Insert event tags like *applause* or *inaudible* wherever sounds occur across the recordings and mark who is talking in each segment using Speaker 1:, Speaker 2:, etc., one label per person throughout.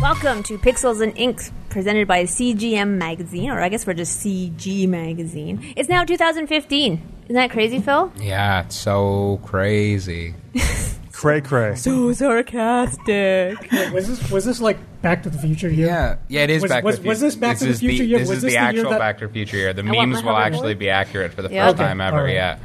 Speaker 1: Welcome to Pixels and Inks, presented by CGM Magazine, or I guess we're just CG Magazine. It's now 2015. Isn't that crazy, Phil?
Speaker 2: Yeah, it's so crazy.
Speaker 3: Cray cray.
Speaker 1: So sarcastic.
Speaker 4: Was this was this like Back to the Future year?
Speaker 2: Yeah, yeah, it is
Speaker 4: Was-
Speaker 2: Back
Speaker 4: was-
Speaker 2: to the Future.
Speaker 4: was this Back to the
Speaker 2: is
Speaker 4: Future year?
Speaker 2: This
Speaker 4: Was
Speaker 2: is
Speaker 4: this
Speaker 2: the
Speaker 4: the year
Speaker 2: actual
Speaker 4: that-
Speaker 2: Back to the Future year. The
Speaker 1: want
Speaker 2: memes
Speaker 1: my
Speaker 2: will
Speaker 1: hoverboard.
Speaker 2: actually be accurate for the
Speaker 1: Yeah.
Speaker 2: first
Speaker 1: Okay,
Speaker 2: time ever.
Speaker 4: alright.
Speaker 2: Yeah,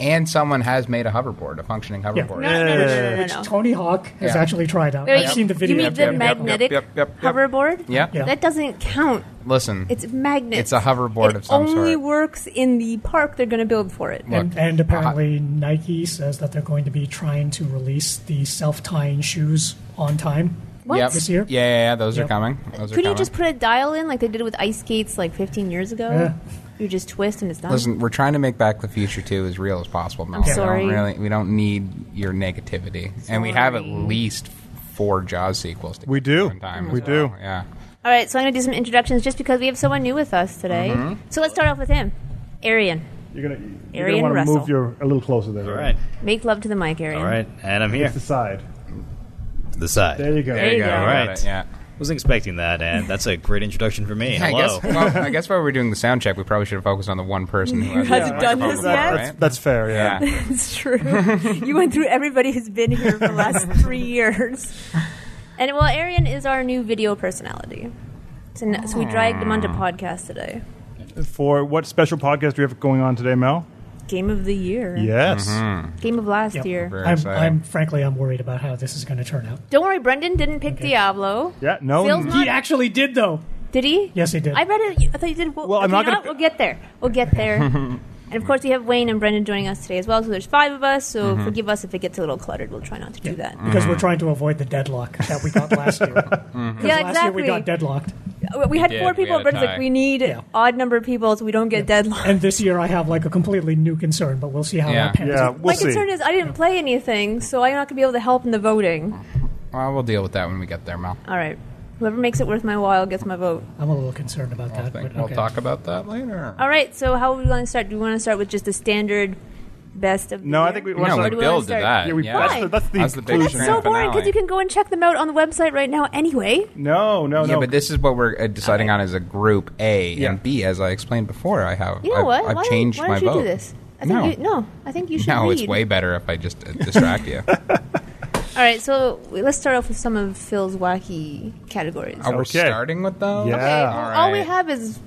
Speaker 2: and someone has made a hoverboard, a functioning hoverboard.
Speaker 1: No, no, no, no, no, no,
Speaker 4: Which
Speaker 1: no.
Speaker 4: Tony Hawk has
Speaker 2: Yeah.
Speaker 4: actually tried out.
Speaker 1: Wait,
Speaker 4: I've seen the video.
Speaker 1: You mean
Speaker 2: Yep,
Speaker 1: the
Speaker 2: yep, yep,
Speaker 1: magnetic
Speaker 2: yep, yep, yep, yep.
Speaker 1: hoverboard?
Speaker 2: Yeah.
Speaker 4: Yeah.
Speaker 1: That doesn't count.
Speaker 2: Listen,
Speaker 1: It's magnet.
Speaker 2: It's a hoverboard
Speaker 1: it
Speaker 2: of some
Speaker 1: only
Speaker 2: sort.
Speaker 1: works in the park they're going to build for it.
Speaker 4: And, and apparently Nike says that they're going to be trying to release the self-tying shoes on time.
Speaker 1: What?
Speaker 2: Yep.
Speaker 4: This year?
Speaker 2: Yeah, yeah, yeah, those are
Speaker 4: Yep.
Speaker 2: coming. Those are
Speaker 1: Couldn't you
Speaker 2: coming.
Speaker 1: just put a dial in like they did with ice skates like 15 years ago?
Speaker 4: Yeah.
Speaker 1: You just twist and it's done.
Speaker 2: Listen, we're trying to make Back to the Future 2 as real as possible. Mel.
Speaker 1: I'm
Speaker 2: We don't
Speaker 1: sorry.
Speaker 2: really- we don't need your negativity. And we have at
Speaker 1: Sorry. Mm.
Speaker 2: least four Jaws sequels. To
Speaker 3: We do.
Speaker 2: in Time
Speaker 3: We
Speaker 2: as well.
Speaker 3: do.
Speaker 2: Yeah.
Speaker 1: All right, so I'm going to do some introductions just because we have someone new with us today.
Speaker 3: Mm-hmm.
Speaker 1: So let's start off with him, Arian.
Speaker 5: You're gonna, you're
Speaker 1: Arian
Speaker 5: gonna want to
Speaker 1: Russell.
Speaker 5: move your a little closer there.
Speaker 6: All right.
Speaker 1: Make love to the mic, Arian.
Speaker 6: All right. And I'm here.
Speaker 5: It's the side.
Speaker 6: To the side.
Speaker 5: There you go.
Speaker 1: There you go.
Speaker 2: All right.
Speaker 6: Alright.
Speaker 2: Yeah.
Speaker 6: Wasn't expecting that, and that's a great introduction for me.
Speaker 2: I
Speaker 6: Hello.
Speaker 2: guess, well, I guess while we're doing the sound check, we probably should have focused on the one person who hasn't
Speaker 1: done this yet?
Speaker 2: Right?
Speaker 3: That's fair, yeah.
Speaker 2: Yeah.
Speaker 1: *laughs* It's true. you went through everybody who's been here for the
Speaker 3: *laughs*
Speaker 1: last three years. And well, Arian is our new video personality. So, n- so we dragged him onto podcast today.
Speaker 3: For what special podcast do we have going on today, Mel?
Speaker 1: Game of the year.
Speaker 3: Yes.
Speaker 2: Mm-hmm.
Speaker 1: Game of last
Speaker 4: Yep.
Speaker 1: year.
Speaker 2: Very
Speaker 4: I'm,
Speaker 2: exciting.
Speaker 4: I'm frankly I'm worried about how this is going to turn out.
Speaker 1: Don't worry, Brendan didn't pick Diablo.
Speaker 3: Yeah, no.
Speaker 1: Phil's not-
Speaker 4: He actually did though.
Speaker 1: Did he?
Speaker 4: Yes, he did.
Speaker 1: I read it. I thought you did. Well,
Speaker 3: Well, I'm
Speaker 1: okay,
Speaker 3: not
Speaker 1: you know
Speaker 3: gonna-
Speaker 1: what? We'll get there. We'll get there. and of course, we have Wayne and Brendan joining us today as well. So there's five of us. So forgive us if it gets a little cluttered. We'll try not to do that.
Speaker 4: because
Speaker 2: Mm-hmm.
Speaker 4: we're trying to avoid the deadlock that we got last year.
Speaker 1: Yeah,
Speaker 4: Last year
Speaker 1: exactly.
Speaker 4: we got deadlocked,
Speaker 1: We- we had
Speaker 2: We
Speaker 1: four
Speaker 2: did. We
Speaker 1: people.
Speaker 2: had a
Speaker 1: Brendan's like,
Speaker 2: tie.
Speaker 1: we need
Speaker 4: Yeah.
Speaker 1: odd number of people so we don't get deadlocked.
Speaker 4: and this year I have like a completely new concern, but we'll see how
Speaker 2: Yeah.
Speaker 4: that pans
Speaker 3: Yeah,
Speaker 4: out.
Speaker 1: *laughs*
Speaker 3: we'll
Speaker 1: My
Speaker 3: see.
Speaker 1: concern is I didn't play anything, so I'm not going to be able to help in the voting.
Speaker 2: well, we'll deal with that when we get there, Mel.
Speaker 1: All right. Whoever makes it worth my while gets my vote.
Speaker 4: I'm a little concerned about
Speaker 2: I
Speaker 4: that.
Speaker 2: think
Speaker 4: but
Speaker 2: we'll
Speaker 4: okay.
Speaker 2: talk about that later.
Speaker 1: All right. So how are we going to start? Do we want to start with just the standard best of? The
Speaker 3: No, I
Speaker 1: year?
Speaker 3: think we-
Speaker 2: No,
Speaker 3: What's
Speaker 2: we
Speaker 3: up?
Speaker 1: Do we wanna
Speaker 2: build to
Speaker 1: start-
Speaker 2: that.
Speaker 3: Yeah, we,
Speaker 2: yeah.
Speaker 3: That's, the, that's the
Speaker 2: That's the big
Speaker 3: conclusion.
Speaker 1: That's
Speaker 2: Yeah,
Speaker 1: so boring
Speaker 2: finale.
Speaker 1: because you can go and check them out on the website right now anyway.
Speaker 3: No, Oh, no,
Speaker 2: Yeah,
Speaker 3: no.
Speaker 2: but this is what we're uh, deciding
Speaker 1: Okay.
Speaker 2: on as a group A
Speaker 3: Yeah.
Speaker 2: and B. As I explained before, I have
Speaker 1: You know
Speaker 2: I've,
Speaker 1: what?
Speaker 2: I've
Speaker 1: why
Speaker 2: changed
Speaker 1: why
Speaker 2: my
Speaker 1: don't you
Speaker 2: vote.
Speaker 1: do
Speaker 2: *laughs*
Speaker 1: this? I think
Speaker 2: No.
Speaker 1: You, no, I think you should
Speaker 2: No,
Speaker 1: read.
Speaker 2: it's way better if I just uh, distract
Speaker 3: *laughs*
Speaker 2: you. oh,
Speaker 1: All right, so let's start off with some of Phil's wacky categories.
Speaker 2: we're
Speaker 3: Okay.
Speaker 2: starting with those.
Speaker 3: Yeah.
Speaker 1: Okay, well,
Speaker 2: Oh, All
Speaker 1: all we
Speaker 2: right.
Speaker 1: have is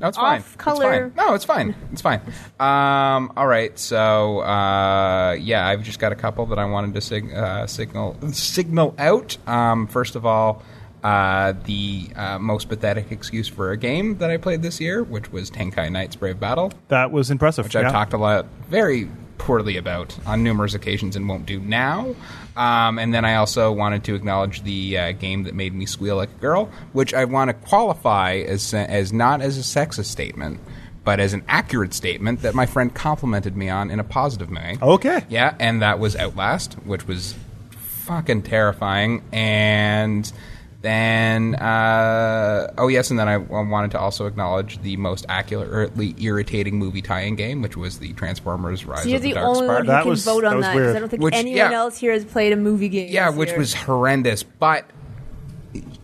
Speaker 2: No, it's fine.
Speaker 1: Off
Speaker 2: It's
Speaker 1: color.
Speaker 2: fine. No, it's fine. It's fine. Um, all right. So uh, yeah, I've just got a couple that I wanted to sig- uh, signal signal out. Um, first of all. Uh, the uh, most pathetic excuse for a game that I played this year, which was Tenkai Knight's Brave Battle.
Speaker 3: that was impressive.
Speaker 2: which I've
Speaker 3: yeah.
Speaker 2: talked a lot very poorly about on numerous occasions and won't do now. Um, and then I also wanted to acknowledge the uh, game that made me squeal like a girl, which I want to qualify as as not as a sexist statement, but as an accurate statement that my friend complimented me on in a positive way.
Speaker 3: Okay.
Speaker 2: *laughs* Yeah, and that was Outlast, which was fucking terrifying. And then, uh, oh yes, and then I w- wanted to also acknowledge the most accurately irritating movie tie-in game, which was the Transformers: Rise
Speaker 1: so you're
Speaker 2: of the,
Speaker 1: the
Speaker 2: Dark
Speaker 1: only
Speaker 2: Spark.
Speaker 1: one who
Speaker 3: That
Speaker 1: can
Speaker 3: was-
Speaker 1: vote
Speaker 3: that
Speaker 1: on
Speaker 3: was
Speaker 1: that because
Speaker 3: weird.
Speaker 1: I don't think
Speaker 2: Which-
Speaker 1: anyone
Speaker 2: yeah.
Speaker 1: else here has played a movie game.
Speaker 2: yeah,
Speaker 1: this
Speaker 2: which
Speaker 1: year.
Speaker 2: was horrendous, but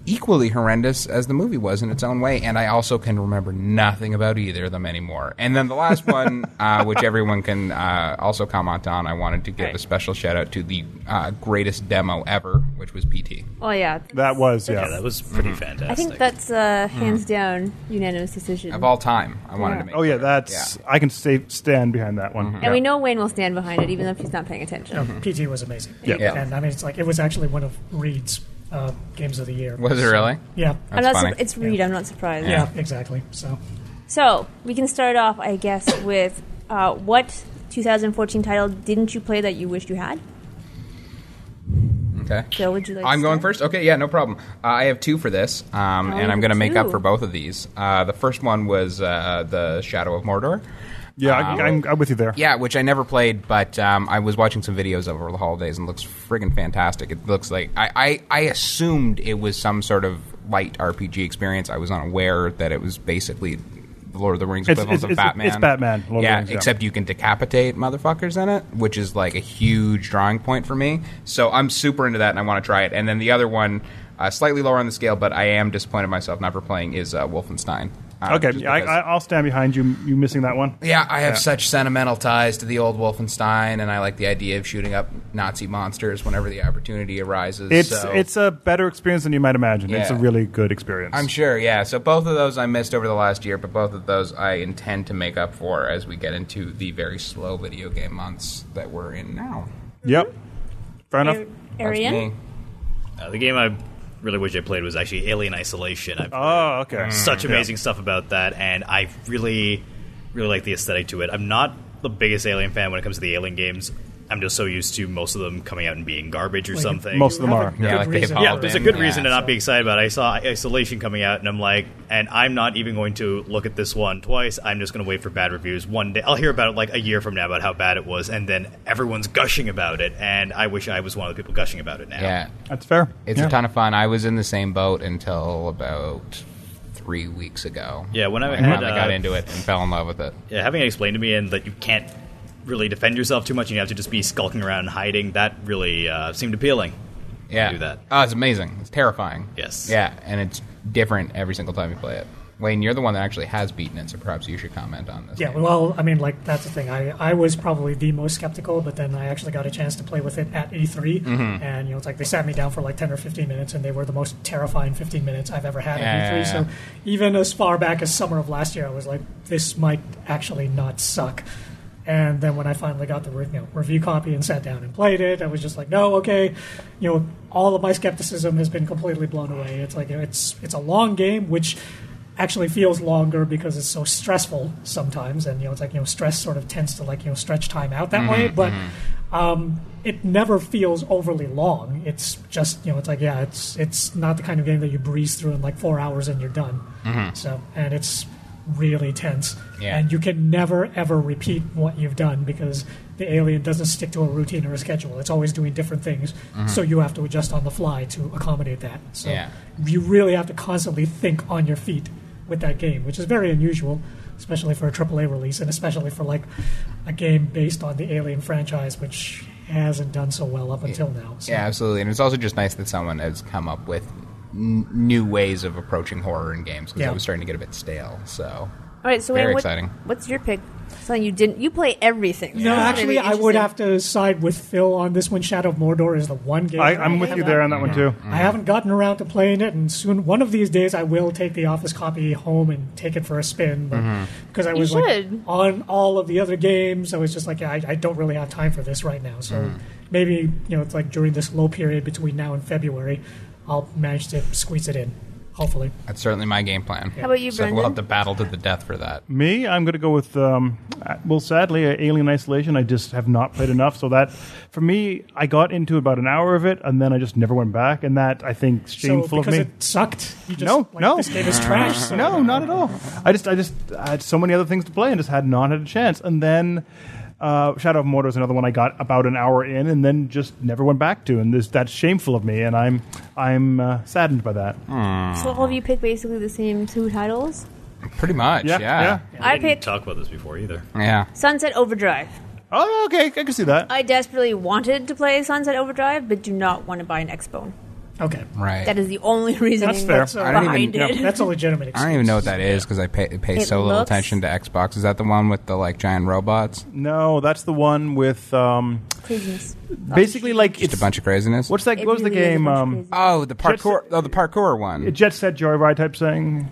Speaker 2: equally horrendous as the movie was in its own way. And I also can remember nothing about either of them anymore. And then the
Speaker 1: *laughs*
Speaker 2: last one, uh, which everyone can uh, also comment on, I wanted to give a
Speaker 1: Right.
Speaker 2: special shout out to the uh, greatest demo ever, which was PT.
Speaker 1: Oh yeah,
Speaker 3: That was,
Speaker 6: Yeah,
Speaker 3: yeah.
Speaker 6: that was pretty fantastic.
Speaker 1: I think that's uh, hands down unanimous decision.
Speaker 2: Of Hmm. all time, I wanted
Speaker 1: Yeah.
Speaker 2: to make.
Speaker 3: Oh, yeah,
Speaker 2: clear.
Speaker 3: that's.
Speaker 2: Yeah. Mm-hmm.
Speaker 3: I can stay, stand behind that one.
Speaker 1: and we know Wayne will stand behind it, even if he's not paying attention.
Speaker 6: Mm-hmm.
Speaker 4: PT was amazing.
Speaker 3: Yeah.
Speaker 2: Yeah.
Speaker 4: and I mean it's like it was actually one of Reed's uh, games of the year.
Speaker 2: Was it really?
Speaker 4: Yeah.
Speaker 1: I'm
Speaker 2: That's
Speaker 1: not.
Speaker 2: funny.
Speaker 1: Sur- it's Reed. I'm not surprised.
Speaker 4: yeah, exactly. So
Speaker 1: So we can start off, I guess, with uh, what 2014 title didn't you play that you wished you had?
Speaker 2: Okay.
Speaker 1: Phil, would you like? to
Speaker 2: I'm going
Speaker 1: start?
Speaker 2: first. Okay, yeah, no problem. Uh, I have two for this, um,
Speaker 1: Oh,
Speaker 2: and I'm going to make up
Speaker 1: two.
Speaker 2: for both of these. Uh, the first one was uh, the Shadow of Mordor.
Speaker 3: Yeah,
Speaker 2: Um,
Speaker 3: I, I'm, I'm with you there.
Speaker 2: Yeah, which I never played, but um, I was watching some videos over the holidays and it looks friggin' fantastic. It looks like I, I, I assumed it was some sort of light RPG experience. I was unaware that it was basically the Lord of the Rings
Speaker 3: It's-
Speaker 2: equivalent
Speaker 3: it's-
Speaker 2: of
Speaker 3: it's-
Speaker 2: Batman.
Speaker 3: it's Batman, Lord of the
Speaker 2: yeah,
Speaker 3: Rings, yeah.
Speaker 2: except you can decapitate motherfuckers in it, which is like a huge drawing point for me. So I'm super into that, and I want to try it. And then the other one, uh, slightly lower on the scale, but I am disappointed in myself not for playing is uh, Wolfenstein. Uh,
Speaker 3: Okay,
Speaker 2: just
Speaker 3: yeah, I,
Speaker 2: because-
Speaker 3: I, I'll stand behind you. You missing that one?
Speaker 2: yeah, I have such sentimental ties to the old Wolfenstein, and I like the idea of shooting up Nazi monsters whenever the opportunity arises.
Speaker 3: It's
Speaker 2: so-
Speaker 3: it's a better experience than you might imagine. It's a
Speaker 2: Yeah.
Speaker 3: really good experience.
Speaker 2: I'm sure, yeah. So both of those I missed over the last year, but both of those I intend to make up for as we get into the very slow video game months that we're in now.
Speaker 3: Yep. Fair enough.
Speaker 1: Ar-
Speaker 2: That's
Speaker 1: Arian?
Speaker 2: me.
Speaker 6: Uh, the game I really wish I played was actually Alien Isolation. I've
Speaker 3: Oh, okay.
Speaker 6: such amazing stuff about that, and I really, really like the aesthetic to it. I'm not the biggest Alien fan when it comes to the Alien games. I'm just so used to most of them coming out and being garbage or
Speaker 4: Like,
Speaker 6: something.
Speaker 3: Most of them
Speaker 4: have a
Speaker 3: are.
Speaker 4: good
Speaker 2: Yeah, like they've
Speaker 4: reason
Speaker 2: all
Speaker 4: for
Speaker 6: yeah,
Speaker 2: been.
Speaker 4: it.
Speaker 6: there's a good
Speaker 2: Oh, Yeah.
Speaker 6: reason to not be excited about. it. I saw Isolation coming out, and I'm like, and I'm not even going to look at this one twice. I'm just going to wait for bad reviews. One day, I'll hear about it like a year from now about how bad it was, and then everyone's gushing about it. And I wish I was one of the people gushing about it now.
Speaker 2: Yeah.
Speaker 3: That's fair.
Speaker 2: It's
Speaker 3: Yeah.
Speaker 2: a ton of fun. I was in the same boat until about three weeks ago.
Speaker 6: Yeah, when I
Speaker 2: I
Speaker 6: had,
Speaker 2: finally
Speaker 6: uh,
Speaker 2: got into it and fell in love with it.
Speaker 6: yeah, having it explained to me and that you can't really defend yourself too much and you have to just be skulking around and hiding, that really uh, seemed appealing.
Speaker 2: Yeah.
Speaker 6: do that.
Speaker 2: Oh, it's amazing. It's terrifying.
Speaker 6: Yes.
Speaker 2: Yeah, and it's different every single time you play it. Wayne, you're the one that actually has beaten it, so perhaps you should comment on this.
Speaker 4: Yeah, well, I mean, like that's the thing. I, I was probably the most skeptical, but then I actually got a chance to play with it at E3,
Speaker 2: Mm-hmm.
Speaker 4: and you know, it's like they sat me down for like ten or fifteen minutes, and they were the most terrifying fifteen minutes I've ever had
Speaker 2: Yeah,
Speaker 4: at E3.
Speaker 2: yeah,
Speaker 4: So
Speaker 2: yeah.
Speaker 4: even as far back as summer of last year, I was like, this might actually not suck. And then when I finally got the re- you know, review copy and sat down and played it, I was just like, no, okay, you know, all of my skepticism has been completely blown away. It's like you know, it's it's a long game, which actually feels longer because it's so stressful sometimes, and you know, it's like you know, stress sort of tends to like you know stretch time out
Speaker 2: Mm-hmm,
Speaker 4: that way, but. Um, it never feels overly long. It's just you know, it's like yeah, it's it's not the kind of game that you breeze through in like four hours and you're done. So and it's really tense,
Speaker 2: Mm-hmm. Yeah.
Speaker 4: and you can never ever repeat what you've done because the alien doesn't stick to a routine or a schedule. It's always doing different things, so you have to adjust on the fly to accommodate that. So
Speaker 2: Mm-hmm. Yeah.
Speaker 4: you really have to constantly think on your feet with that game, which is very unusual, especially for a AAA release and especially for like a game based on the Alien franchise, which hasn't done so well up until now. So.
Speaker 2: Yeah, absolutely. And it's also just nice that someone has come up with n- new ways of approaching horror in games because
Speaker 4: Yeah.
Speaker 2: it was starting to get a bit stale. So,
Speaker 1: All right, so
Speaker 2: Very
Speaker 1: Wayne, what,
Speaker 2: exciting.
Speaker 1: what's your pick? Son, you didn't. You play everything.
Speaker 4: No, actually, I would have to side with Phil on this one. Shadow of Mordor is the one game.
Speaker 3: I,
Speaker 4: that
Speaker 3: I'm with
Speaker 4: have
Speaker 3: you
Speaker 4: not-
Speaker 3: there on that one too.
Speaker 6: Mm-hmm.
Speaker 4: I haven't gotten around to playing it, and soon, one of these days, I will take the office copy home and take it for a spin. But
Speaker 2: Mm-hmm.
Speaker 4: because I
Speaker 1: You
Speaker 4: was like
Speaker 1: should.
Speaker 4: on all of the other games, I was just like, I, I don't really have time for this right now. So
Speaker 2: Mm-hmm.
Speaker 4: maybe you know, it's like during this low period between now and February, I'll manage to squeeze it in. Hopefully,
Speaker 2: that's certainly my game plan.
Speaker 1: How about you,
Speaker 2: So we'll
Speaker 1: Brendan?
Speaker 2: have to battle to the death for that.
Speaker 3: Me, I'm going to go with um, uh, well, sadly, uh, Alien Isolation. I just have not played enough, so that for me, I got into about an hour of it, and then I just never went back, and that I think is
Speaker 4: so
Speaker 3: shameful of
Speaker 4: because
Speaker 3: me.
Speaker 4: it sucked. You just,
Speaker 3: No,
Speaker 4: like,
Speaker 3: no.
Speaker 4: this game is trash.
Speaker 2: *laughs*
Speaker 4: So
Speaker 3: no, not at all. I just, I just I had so many other things to play, and just had not had a chance. And then uh, Shadow of Mordor is another one I got about an hour in, and then just never went back to. And this, that's shameful of me, and I'm, I'm uh, saddened by that.
Speaker 1: So all of you pick basically the same two titles.
Speaker 2: Pretty much, yeah.
Speaker 3: Yeah, yeah.
Speaker 6: I,
Speaker 1: I
Speaker 6: didn't
Speaker 1: picked
Speaker 6: talk about this before either.
Speaker 2: Yeah.
Speaker 1: Sunset Overdrive.
Speaker 3: Oh, okay, I can see that.
Speaker 1: I desperately wanted to play Sunset Overdrive, but do not want to buy an Xbone.
Speaker 4: okay,
Speaker 2: Right.
Speaker 1: That is the only *laughs* reason
Speaker 3: That's fair.
Speaker 4: I
Speaker 2: don't even-
Speaker 1: behind
Speaker 2: yeah.
Speaker 1: it.
Speaker 4: that's a legitimate.
Speaker 2: I
Speaker 4: Excuse.
Speaker 2: don't even know what that is because I pay, pay
Speaker 1: It
Speaker 2: so little
Speaker 1: looks-
Speaker 2: attention to Xbox. Is that the one with the like giant robots?
Speaker 3: No, that's the one with um,
Speaker 1: Craziness.
Speaker 3: basically like it's
Speaker 2: Just a bunch of craziness.
Speaker 3: What's that?
Speaker 1: It
Speaker 3: what was the
Speaker 1: really is a
Speaker 3: game?
Speaker 1: bunch of
Speaker 3: Um,
Speaker 1: crazy-
Speaker 2: oh, the
Speaker 3: Jet
Speaker 2: parkour.
Speaker 3: Set-
Speaker 2: Oh, the parkour one.
Speaker 3: Jet Set Joyride type thing.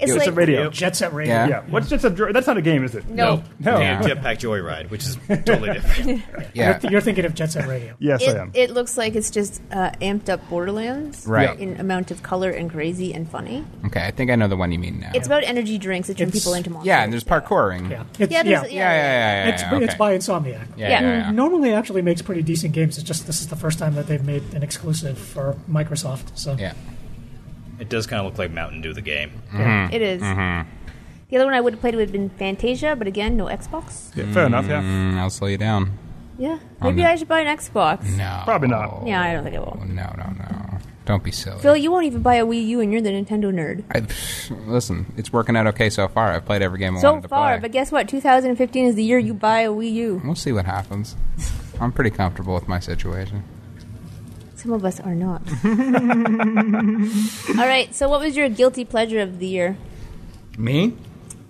Speaker 1: It's,
Speaker 2: it's
Speaker 1: like
Speaker 2: a
Speaker 3: Radio.
Speaker 4: Jet Set Radio.
Speaker 2: Yeah.
Speaker 3: Yeah. What's Jet Set Joyride? That's not a game, is it?
Speaker 1: no.
Speaker 4: oh,
Speaker 3: No.
Speaker 6: Yeah, Jetpack Joyride, which is totally *laughs* different.
Speaker 2: yeah.
Speaker 4: You're thinking of Jet Set Radio.
Speaker 3: Yes, I
Speaker 1: It,
Speaker 3: am.
Speaker 1: it looks like it's just uh, amped up Borderlands,
Speaker 2: Right.
Speaker 1: In amount of color and crazy and funny.
Speaker 2: Okay, I think I know the one you mean now.
Speaker 1: It's about energy drinks that turn
Speaker 4: It's-
Speaker 1: people into monsters.
Speaker 2: yeah, and there's parkouring.
Speaker 4: Yeah, it's,
Speaker 1: Yeah, there's,
Speaker 2: Yeah, yeah, yeah, yeah.
Speaker 4: it's,
Speaker 2: yeah,
Speaker 4: it's
Speaker 2: okay.
Speaker 4: by Insomniac.
Speaker 2: Yeah,
Speaker 1: Yeah.
Speaker 2: yeah, yeah.
Speaker 4: Who normally actually makes pretty decent games. It's just this is the first time that they've made an exclusive for Microsoft. So
Speaker 2: Yeah.
Speaker 6: it does kind of look like Mountain Dew the game.
Speaker 1: It is.
Speaker 2: Mm-hmm.
Speaker 1: The other one I would have played would have been Fantasia, but again, no Xbox.
Speaker 3: Yeah, fair enough. Yeah.
Speaker 2: Mm, I'll slow you down.
Speaker 1: Yeah, maybe
Speaker 2: Oh, no. Mm.
Speaker 1: I should buy an Xbox.
Speaker 2: No.
Speaker 3: Probably not.
Speaker 1: Yeah, I don't think I will.
Speaker 2: No, no, no. Don't be silly.
Speaker 1: Phil, you won't even buy a Wii U, and you're the Nintendo nerd.
Speaker 2: I, listen, it's working out okay so far. I've played every game I
Speaker 1: So
Speaker 2: wanted to
Speaker 1: far,
Speaker 2: play.
Speaker 1: but guess what? 2015 is the year you buy a Wii U.
Speaker 2: we'll see what happens. I'm pretty comfortable with my situation.
Speaker 1: Some of us are not. All right. So, what was your guilty pleasure of the year,
Speaker 2: Me?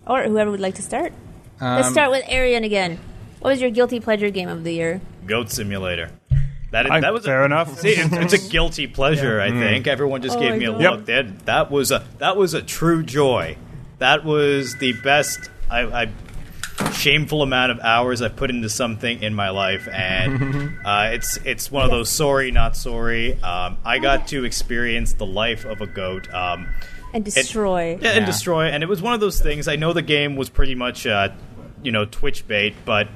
Speaker 1: or whoever would like to start? Let's
Speaker 2: Um,
Speaker 1: start with Arian again. What was your guilty pleasure game of the year?
Speaker 6: Goat Simulator. That, is,
Speaker 3: I-
Speaker 6: that was
Speaker 3: fair
Speaker 6: a,
Speaker 3: enough. Mm.
Speaker 6: *laughs* See, it's, it's a guilty pleasure. I think everyone just
Speaker 1: Oh
Speaker 6: gave
Speaker 1: my
Speaker 6: me a
Speaker 1: God.
Speaker 6: look. That that was a that was a true joy. That was the best. I, I shameful amount of hours I've put into something in my life,
Speaker 3: *laughs*
Speaker 6: and uh, it's it's one of those sorry not sorry. Um, I got to experience the life of a goat. Um,
Speaker 1: And destroy.
Speaker 6: yeah, and
Speaker 2: Yeah.
Speaker 6: destroy. And it was one of those things. I know the game was pretty much, uh, you know, Twitch bait, but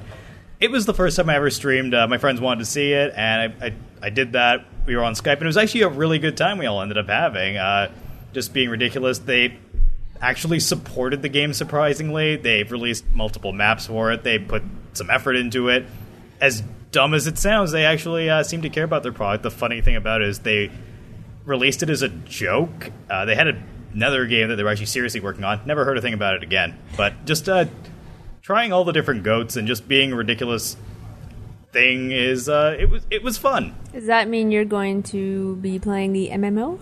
Speaker 6: it was the first time I ever streamed. Uh, my friends wanted to see it, and I, I, I did that. We were on Skype, and it was actually a really good time we all ended up having. Uh, just being ridiculous. They actually supported the game surprisingly. They've released multiple maps for it. They put some effort into it. As dumb as it sounds, they actually uh, seem to care about their product. The funny thing about it is they released it as a joke. Uh, they had a, another game that they were actually seriously working on. Never heard a thing about it again. But just uh, trying all the different goats and just being a ridiculous thing is uh, it was it was fun.
Speaker 1: Does that mean you're going to be playing the MMO?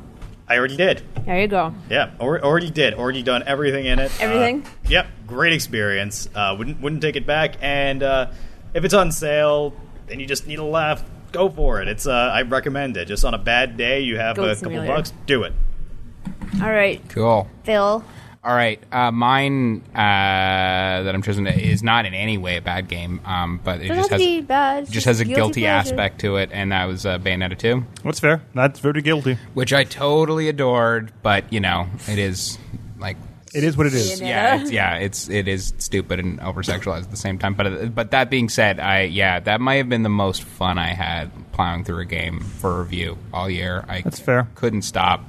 Speaker 6: I already did.
Speaker 1: There you go.
Speaker 6: Yeah, or, already did. Already done everything in it. Uh,
Speaker 1: Everything?
Speaker 6: yep, great experience. Uh, wouldn't wouldn't take it back. And uh, if it's on sale, then you just need a laugh. Go for it. It's uh, I recommend it. Just on a bad day, you have
Speaker 1: Goat
Speaker 6: a couple
Speaker 1: Simulator.
Speaker 6: bucks, do it.
Speaker 1: All right,
Speaker 2: Cool.
Speaker 1: Phil.
Speaker 2: All right, uh, mine uh, that I'm choosing is not in any way a bad game, um, but it
Speaker 1: Doesn't
Speaker 2: just
Speaker 1: have
Speaker 2: has
Speaker 1: to be bad. It's
Speaker 2: just has a guilty,
Speaker 1: pleasure.
Speaker 2: aspect to it, and that was uh, Bayonetta two,
Speaker 3: That's fair. That's very guilty.
Speaker 2: which I totally adored, but you know it is like
Speaker 3: It is what it is.
Speaker 1: Yeah.
Speaker 2: yeah, it's, yeah, it's it is stupid and over sexualized at the same time. But but that being said, I yeah, that might have been the most fun I had plowing through a game for review all year. I
Speaker 3: That's fair.
Speaker 2: Couldn't stop,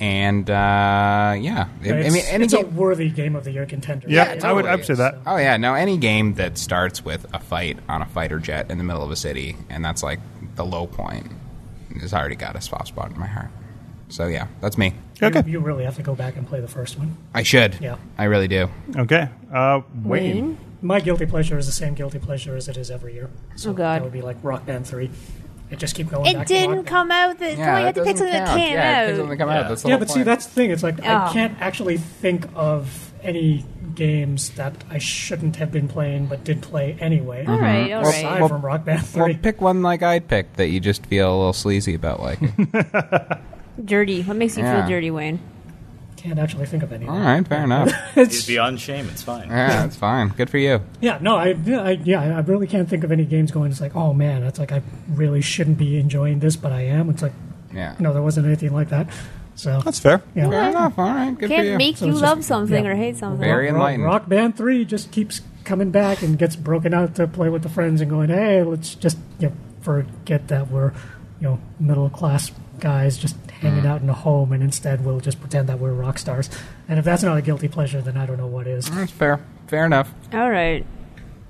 Speaker 2: and uh, yeah, It- I mean,
Speaker 4: it's,
Speaker 2: any
Speaker 4: it's a
Speaker 2: game.
Speaker 4: worthy game of the year contender.
Speaker 3: Yeah,
Speaker 2: Yeah,
Speaker 3: I would.
Speaker 2: totally.
Speaker 3: I'd say that.
Speaker 2: Oh yeah, no, any game that starts with a fight on a fighter jet in the middle of a city, and that's like the low point, has already got a soft spot in my heart. So yeah, that's me.
Speaker 4: You-
Speaker 3: Okay.
Speaker 4: You, really have to go back and play the first one.
Speaker 2: I should.
Speaker 4: Yeah.
Speaker 2: I really do.
Speaker 3: Okay. Uh, Wayne.
Speaker 1: Wayne?
Speaker 4: My guilty pleasure is the same guilty pleasure as it is every year. So
Speaker 1: Oh, God.
Speaker 4: that would be like Rock Band Three. It just keep going.
Speaker 1: It
Speaker 4: back to
Speaker 1: didn't
Speaker 4: Rock Band.
Speaker 1: come out. The, yeah, you had to pick something that came out.
Speaker 6: Yeah.
Speaker 2: That's the
Speaker 4: Yeah,
Speaker 2: whole
Speaker 4: but see,
Speaker 2: point.
Speaker 4: that's the thing. It's like
Speaker 1: Oh.
Speaker 4: I can't actually think of any games that I shouldn't have been playing but did play anyway.
Speaker 1: All right, all
Speaker 4: Aside
Speaker 1: right.
Speaker 2: well-
Speaker 4: from Rock Band Three,
Speaker 2: Well, pick one like I'd pick that you just feel a little sleazy about. Like, *laughs*
Speaker 1: dirty. What makes you
Speaker 2: Yeah.
Speaker 1: feel dirty, Wayne?
Speaker 4: can't actually think of any.
Speaker 2: all right, fair enough.
Speaker 6: It's beyond shame. It's fine.
Speaker 2: Yeah, that's fine. Good for you.
Speaker 4: Yeah, no, I, I yeah, I really can't think of any games going. It's like, oh man, that's like I really shouldn't be enjoying this, but I am. It's like,
Speaker 2: Yeah.
Speaker 4: no, there wasn't anything like that. So
Speaker 3: That's fair.
Speaker 4: yeah,
Speaker 2: Fair enough. All right. Good for you.
Speaker 1: Can't make
Speaker 4: So
Speaker 1: you
Speaker 4: it's
Speaker 1: love
Speaker 4: just-
Speaker 1: something
Speaker 4: yeah.
Speaker 1: or hate something.
Speaker 2: Very
Speaker 4: Rock-
Speaker 2: enlightened.
Speaker 4: Rock Band Three just keeps coming back and gets broken out to play with the friends and going, hey, let's just you know, forget that we're you know middle class guys just
Speaker 2: Mm.
Speaker 4: hanging out in a home, and instead we'll just pretend that we're rock stars. And if that's not a guilty pleasure, then I don't know what is.
Speaker 2: That's fair. Fair enough.
Speaker 1: All right,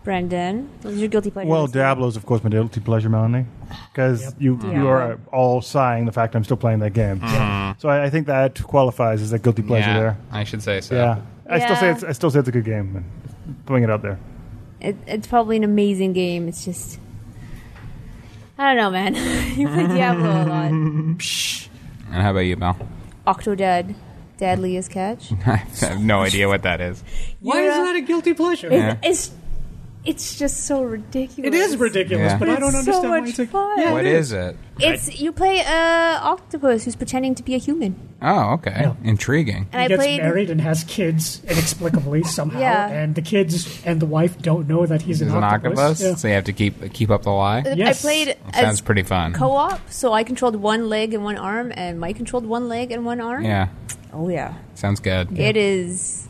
Speaker 1: Brendan. What was your guilty pleasure?
Speaker 3: Well,
Speaker 1: this year?
Speaker 3: Diablo's, of course, my guilty pleasure, Melanie, because you you
Speaker 1: Yeah.
Speaker 3: are all sighing the fact I'm still playing that game. So I, I think that qualifies as a guilty pleasure
Speaker 2: Mm-hmm. yeah,
Speaker 3: there.
Speaker 2: I should say so.
Speaker 3: Yeah. I still say
Speaker 1: Yeah.
Speaker 3: it's, I still say it's a good game. And putting it out there.
Speaker 1: It, it's probably an amazing game. It's just. I don't know, man. *laughs* you play Diablo a lot.
Speaker 2: And how about you, Mel? *laughs*
Speaker 1: Octodad, Deadliest Catch.
Speaker 2: I have no idea what
Speaker 1: *laughs*
Speaker 2: that is.
Speaker 4: Why
Speaker 1: Yeah.
Speaker 4: is that a guilty pleasure?
Speaker 2: Yeah.
Speaker 1: It's it's just so ridiculous.
Speaker 4: It is ridiculous,
Speaker 2: Yeah.
Speaker 4: but I
Speaker 1: It's
Speaker 4: don't
Speaker 1: so
Speaker 4: understand why
Speaker 1: much
Speaker 4: it's like,
Speaker 1: fun.
Speaker 4: Yeah,
Speaker 2: What
Speaker 4: it
Speaker 2: is it?
Speaker 1: It's you play a octopus who's pretending to be a human,
Speaker 2: Oh, okay.
Speaker 4: Yeah.
Speaker 2: Intriguing.
Speaker 1: and
Speaker 4: He
Speaker 1: I
Speaker 4: gets
Speaker 1: played.
Speaker 4: married and has kids inexplicably
Speaker 1: *laughs*
Speaker 4: somehow,
Speaker 1: Yeah.
Speaker 4: and the kids and the wife don't know that he's
Speaker 2: Is
Speaker 4: an
Speaker 2: an octopus,
Speaker 4: octopus. Yeah.
Speaker 2: so you have to keep keep up the lie.
Speaker 1: I
Speaker 4: Yes.
Speaker 1: played
Speaker 2: Sounds
Speaker 1: Uh, as
Speaker 2: pretty fun.
Speaker 1: co-op, so I controlled one leg and one arm, and Mike controlled one leg and one arm.
Speaker 2: yeah,
Speaker 1: Oh yeah.
Speaker 2: sounds good.
Speaker 1: It is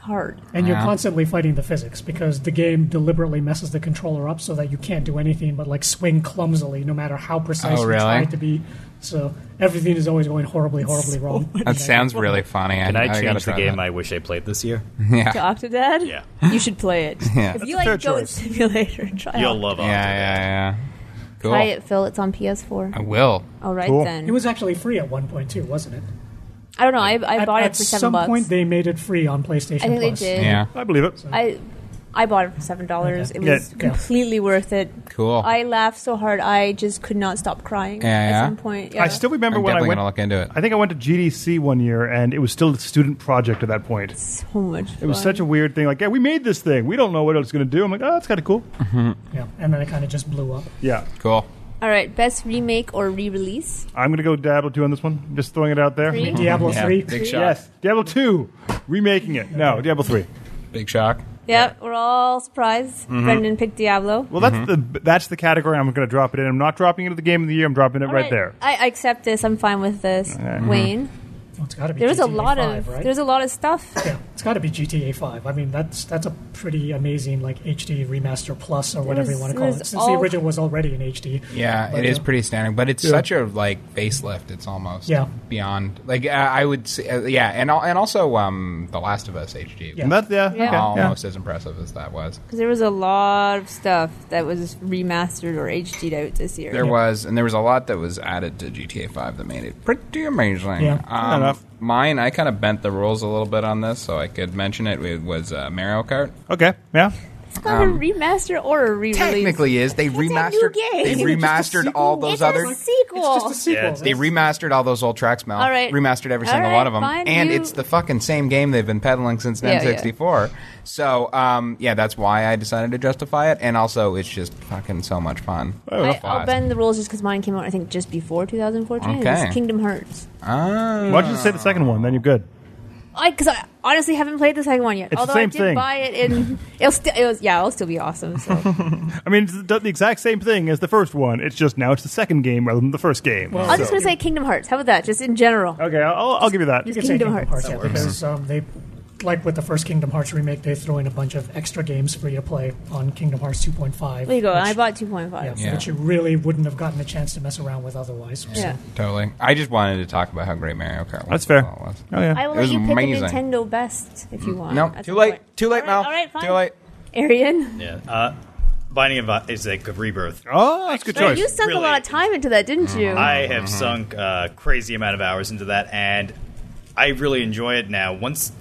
Speaker 1: hard.
Speaker 4: And you're
Speaker 2: Yeah.
Speaker 4: constantly fighting the physics because the game deliberately messes the controller up so that you can't do anything but like swing clumsily, no matter how precise
Speaker 2: Oh,
Speaker 4: you try
Speaker 2: really?
Speaker 4: to be. So everything is always going horribly, horribly wrong.
Speaker 2: *laughs* that sounds really funny.
Speaker 6: Can I,
Speaker 2: gotta
Speaker 6: change the
Speaker 2: try
Speaker 6: game
Speaker 2: that.
Speaker 6: I wish I played this year?
Speaker 1: To Octodad?
Speaker 6: Yeah.
Speaker 1: You should play it.
Speaker 2: *laughs* Yeah.
Speaker 1: If you
Speaker 3: fair
Speaker 1: like Goat
Speaker 3: choice.
Speaker 1: Simulator, *laughs* try
Speaker 6: You'll
Speaker 1: Octodad.
Speaker 6: love
Speaker 2: yeah, yeah, yeah. Cool.
Speaker 1: Play it, Phil. It's on PS4.
Speaker 2: I will.
Speaker 1: All right
Speaker 3: Cool.
Speaker 1: then.
Speaker 4: It was actually free at one point too, wasn't it?
Speaker 1: I don't know. I, I
Speaker 4: at,
Speaker 1: bought
Speaker 4: at
Speaker 1: it for seven
Speaker 4: some
Speaker 1: bucks.
Speaker 4: point they made it free on PlayStation.
Speaker 1: I think they
Speaker 4: Plus.
Speaker 1: did.
Speaker 2: Yeah.
Speaker 3: I believe it.
Speaker 1: I I bought it for seven dollars. It
Speaker 3: Yeah.
Speaker 1: was
Speaker 3: Yeah.
Speaker 1: completely worth it.
Speaker 2: Cool.
Speaker 1: I laughed so hard I just could not stop crying
Speaker 2: Yeah,
Speaker 1: at
Speaker 2: yeah.
Speaker 1: some point. Yeah.
Speaker 3: I still remember
Speaker 2: I'm
Speaker 3: when I
Speaker 2: definitely
Speaker 3: went.
Speaker 2: gonna look into it.
Speaker 3: I think I went to GDC one year, and it was still a student project at that point.
Speaker 1: so much.
Speaker 3: It was such a weird thing. Like, yeah, we made this thing. We don't know what it's going to do. I'm like, oh, that's kind of cool.
Speaker 4: Yeah, and then it kind of just blew up.
Speaker 2: Mm-hmm.
Speaker 3: Yeah,
Speaker 2: Cool.
Speaker 1: All right, best remake or re-release?
Speaker 3: I'm going to go Diablo 2 on this one. Just throwing it out there.
Speaker 1: Three?
Speaker 4: Diablo
Speaker 2: Yeah.
Speaker 4: three.
Speaker 2: Big shock.
Speaker 3: *laughs* Yes, Diablo 2, remaking it. No, Diablo 3.
Speaker 2: Big shock.
Speaker 1: Yep, we're all surprised. Brendan picked Diablo.
Speaker 3: Well, that's
Speaker 2: Mm-hmm.
Speaker 3: the that's the category I'm going to drop it in. I'm not dropping it into the game of the year. I'm dropping it right, there.
Speaker 1: I, I accept this. I'm fine with this. Wayne,
Speaker 4: Well, it's got to be.
Speaker 1: there was a
Speaker 4: GTA
Speaker 1: lot
Speaker 4: 5,
Speaker 1: of
Speaker 4: right?
Speaker 1: there's a lot of stuff.
Speaker 4: yeah, it's got to be GTA Five. I mean, that's that's a pretty amazing like HD remaster plus or whatever
Speaker 1: was-
Speaker 4: you want to
Speaker 1: there
Speaker 4: call
Speaker 1: was
Speaker 4: it, since
Speaker 1: all-
Speaker 4: the original was already in HD.
Speaker 2: Yeah,
Speaker 4: But,
Speaker 2: it is
Speaker 4: uh,
Speaker 2: pretty standard, but it's such a like facelift. It's almost
Speaker 4: Yeah.
Speaker 2: beyond like uh, I would say, uh, yeah, and al- and also um, The Last of Us HD.
Speaker 4: Yeah.
Speaker 3: And that's yeah,
Speaker 1: Yeah.
Speaker 3: okay, yeah.
Speaker 2: Almost as impressive as that was.
Speaker 1: Because there was a lot of stuff that was remastered or HD'd out this year.
Speaker 2: There was, and there was a lot that was added to GTA 5 that made it pretty amazing.
Speaker 4: Yeah.
Speaker 2: um,
Speaker 3: enough.
Speaker 2: Mine, I kind of bent the rules a little bit on this, so I could mention it. It was uh, Mario Kart.
Speaker 3: Okay, yeah.
Speaker 1: It's not a remaster or a re-release.
Speaker 2: Technically, is they remastered?
Speaker 1: game. *laughs*
Speaker 2: They
Speaker 1: Isn't
Speaker 4: it just a
Speaker 2: remastered all
Speaker 4: sequel?
Speaker 2: those
Speaker 1: it's
Speaker 2: other.
Speaker 1: a sequel.
Speaker 4: It's just a sequel.
Speaker 6: Yeah, it's-
Speaker 2: They remastered all those old tracks, Mel.
Speaker 1: All right.
Speaker 2: Remastered every single
Speaker 1: All
Speaker 2: one of them,
Speaker 1: right, fine,
Speaker 2: and
Speaker 1: you-
Speaker 2: it's the fucking same game they've been peddling since
Speaker 1: Yeah, yeah.
Speaker 2: N64. So, um, yeah, that's why I decided to justify it, and also it's just fucking so much fun.
Speaker 1: I, I'll
Speaker 2: Five.
Speaker 1: bend the rules just because mine came out, I think, just before 2014. It was
Speaker 2: Okay.
Speaker 1: Kingdom Hearts.
Speaker 2: Ah.
Speaker 3: Why don't you just say the second one? Then you're good.
Speaker 1: I because I honestly haven't played the second one yet.
Speaker 3: It's the
Speaker 1: Although I
Speaker 3: same
Speaker 1: did
Speaker 3: thing.
Speaker 1: buy it in it'll still it was yeah it'll still be awesome. So.
Speaker 3: I mean, it's the the exact same thing as the first one. It's just now it's the second game rather than the first game.
Speaker 4: Well,
Speaker 1: I'm just gonna say Kingdom Hearts. How about that? Just in general.
Speaker 3: okay, I'll, I'll give you that.
Speaker 4: You could say
Speaker 1: Kingdom
Speaker 4: Kingdom
Speaker 1: Hearts.
Speaker 4: Hearts, yeah, because um, they, like with the first Kingdom Hearts remake, they throw in a bunch of extra games for you to play on Kingdom Hearts 2.5.
Speaker 1: There you go.
Speaker 4: Which,
Speaker 1: and I bought 2.5.
Speaker 4: yeah,
Speaker 2: Yeah.
Speaker 4: which you really wouldn't have gotten a chance to mess around with otherwise. So,
Speaker 1: Yeah.
Speaker 2: Totally. I just wanted to talk about how great Mario Kart was.
Speaker 3: That's fair.
Speaker 2: all it was.
Speaker 3: Oh yeah.
Speaker 1: I will
Speaker 2: It
Speaker 1: let
Speaker 2: was
Speaker 1: you pick
Speaker 2: amazing. Mm.
Speaker 1: a Nintendo best if you want.
Speaker 2: No,
Speaker 1: at
Speaker 2: too
Speaker 1: some
Speaker 2: late.
Speaker 1: point.
Speaker 2: Too late,
Speaker 1: All right,
Speaker 2: Mel.
Speaker 1: All right, fine.
Speaker 2: Too late.
Speaker 1: Arian,
Speaker 6: Yeah. Uh, Binding of I- is a good rebirth.
Speaker 3: Oh, that's a good
Speaker 1: right,
Speaker 3: choice.
Speaker 1: you sunk
Speaker 6: Really.
Speaker 1: a lot of time into that, didn't you?
Speaker 6: I have sunk a crazy amount of hours into that, and I really enjoy it now. Once,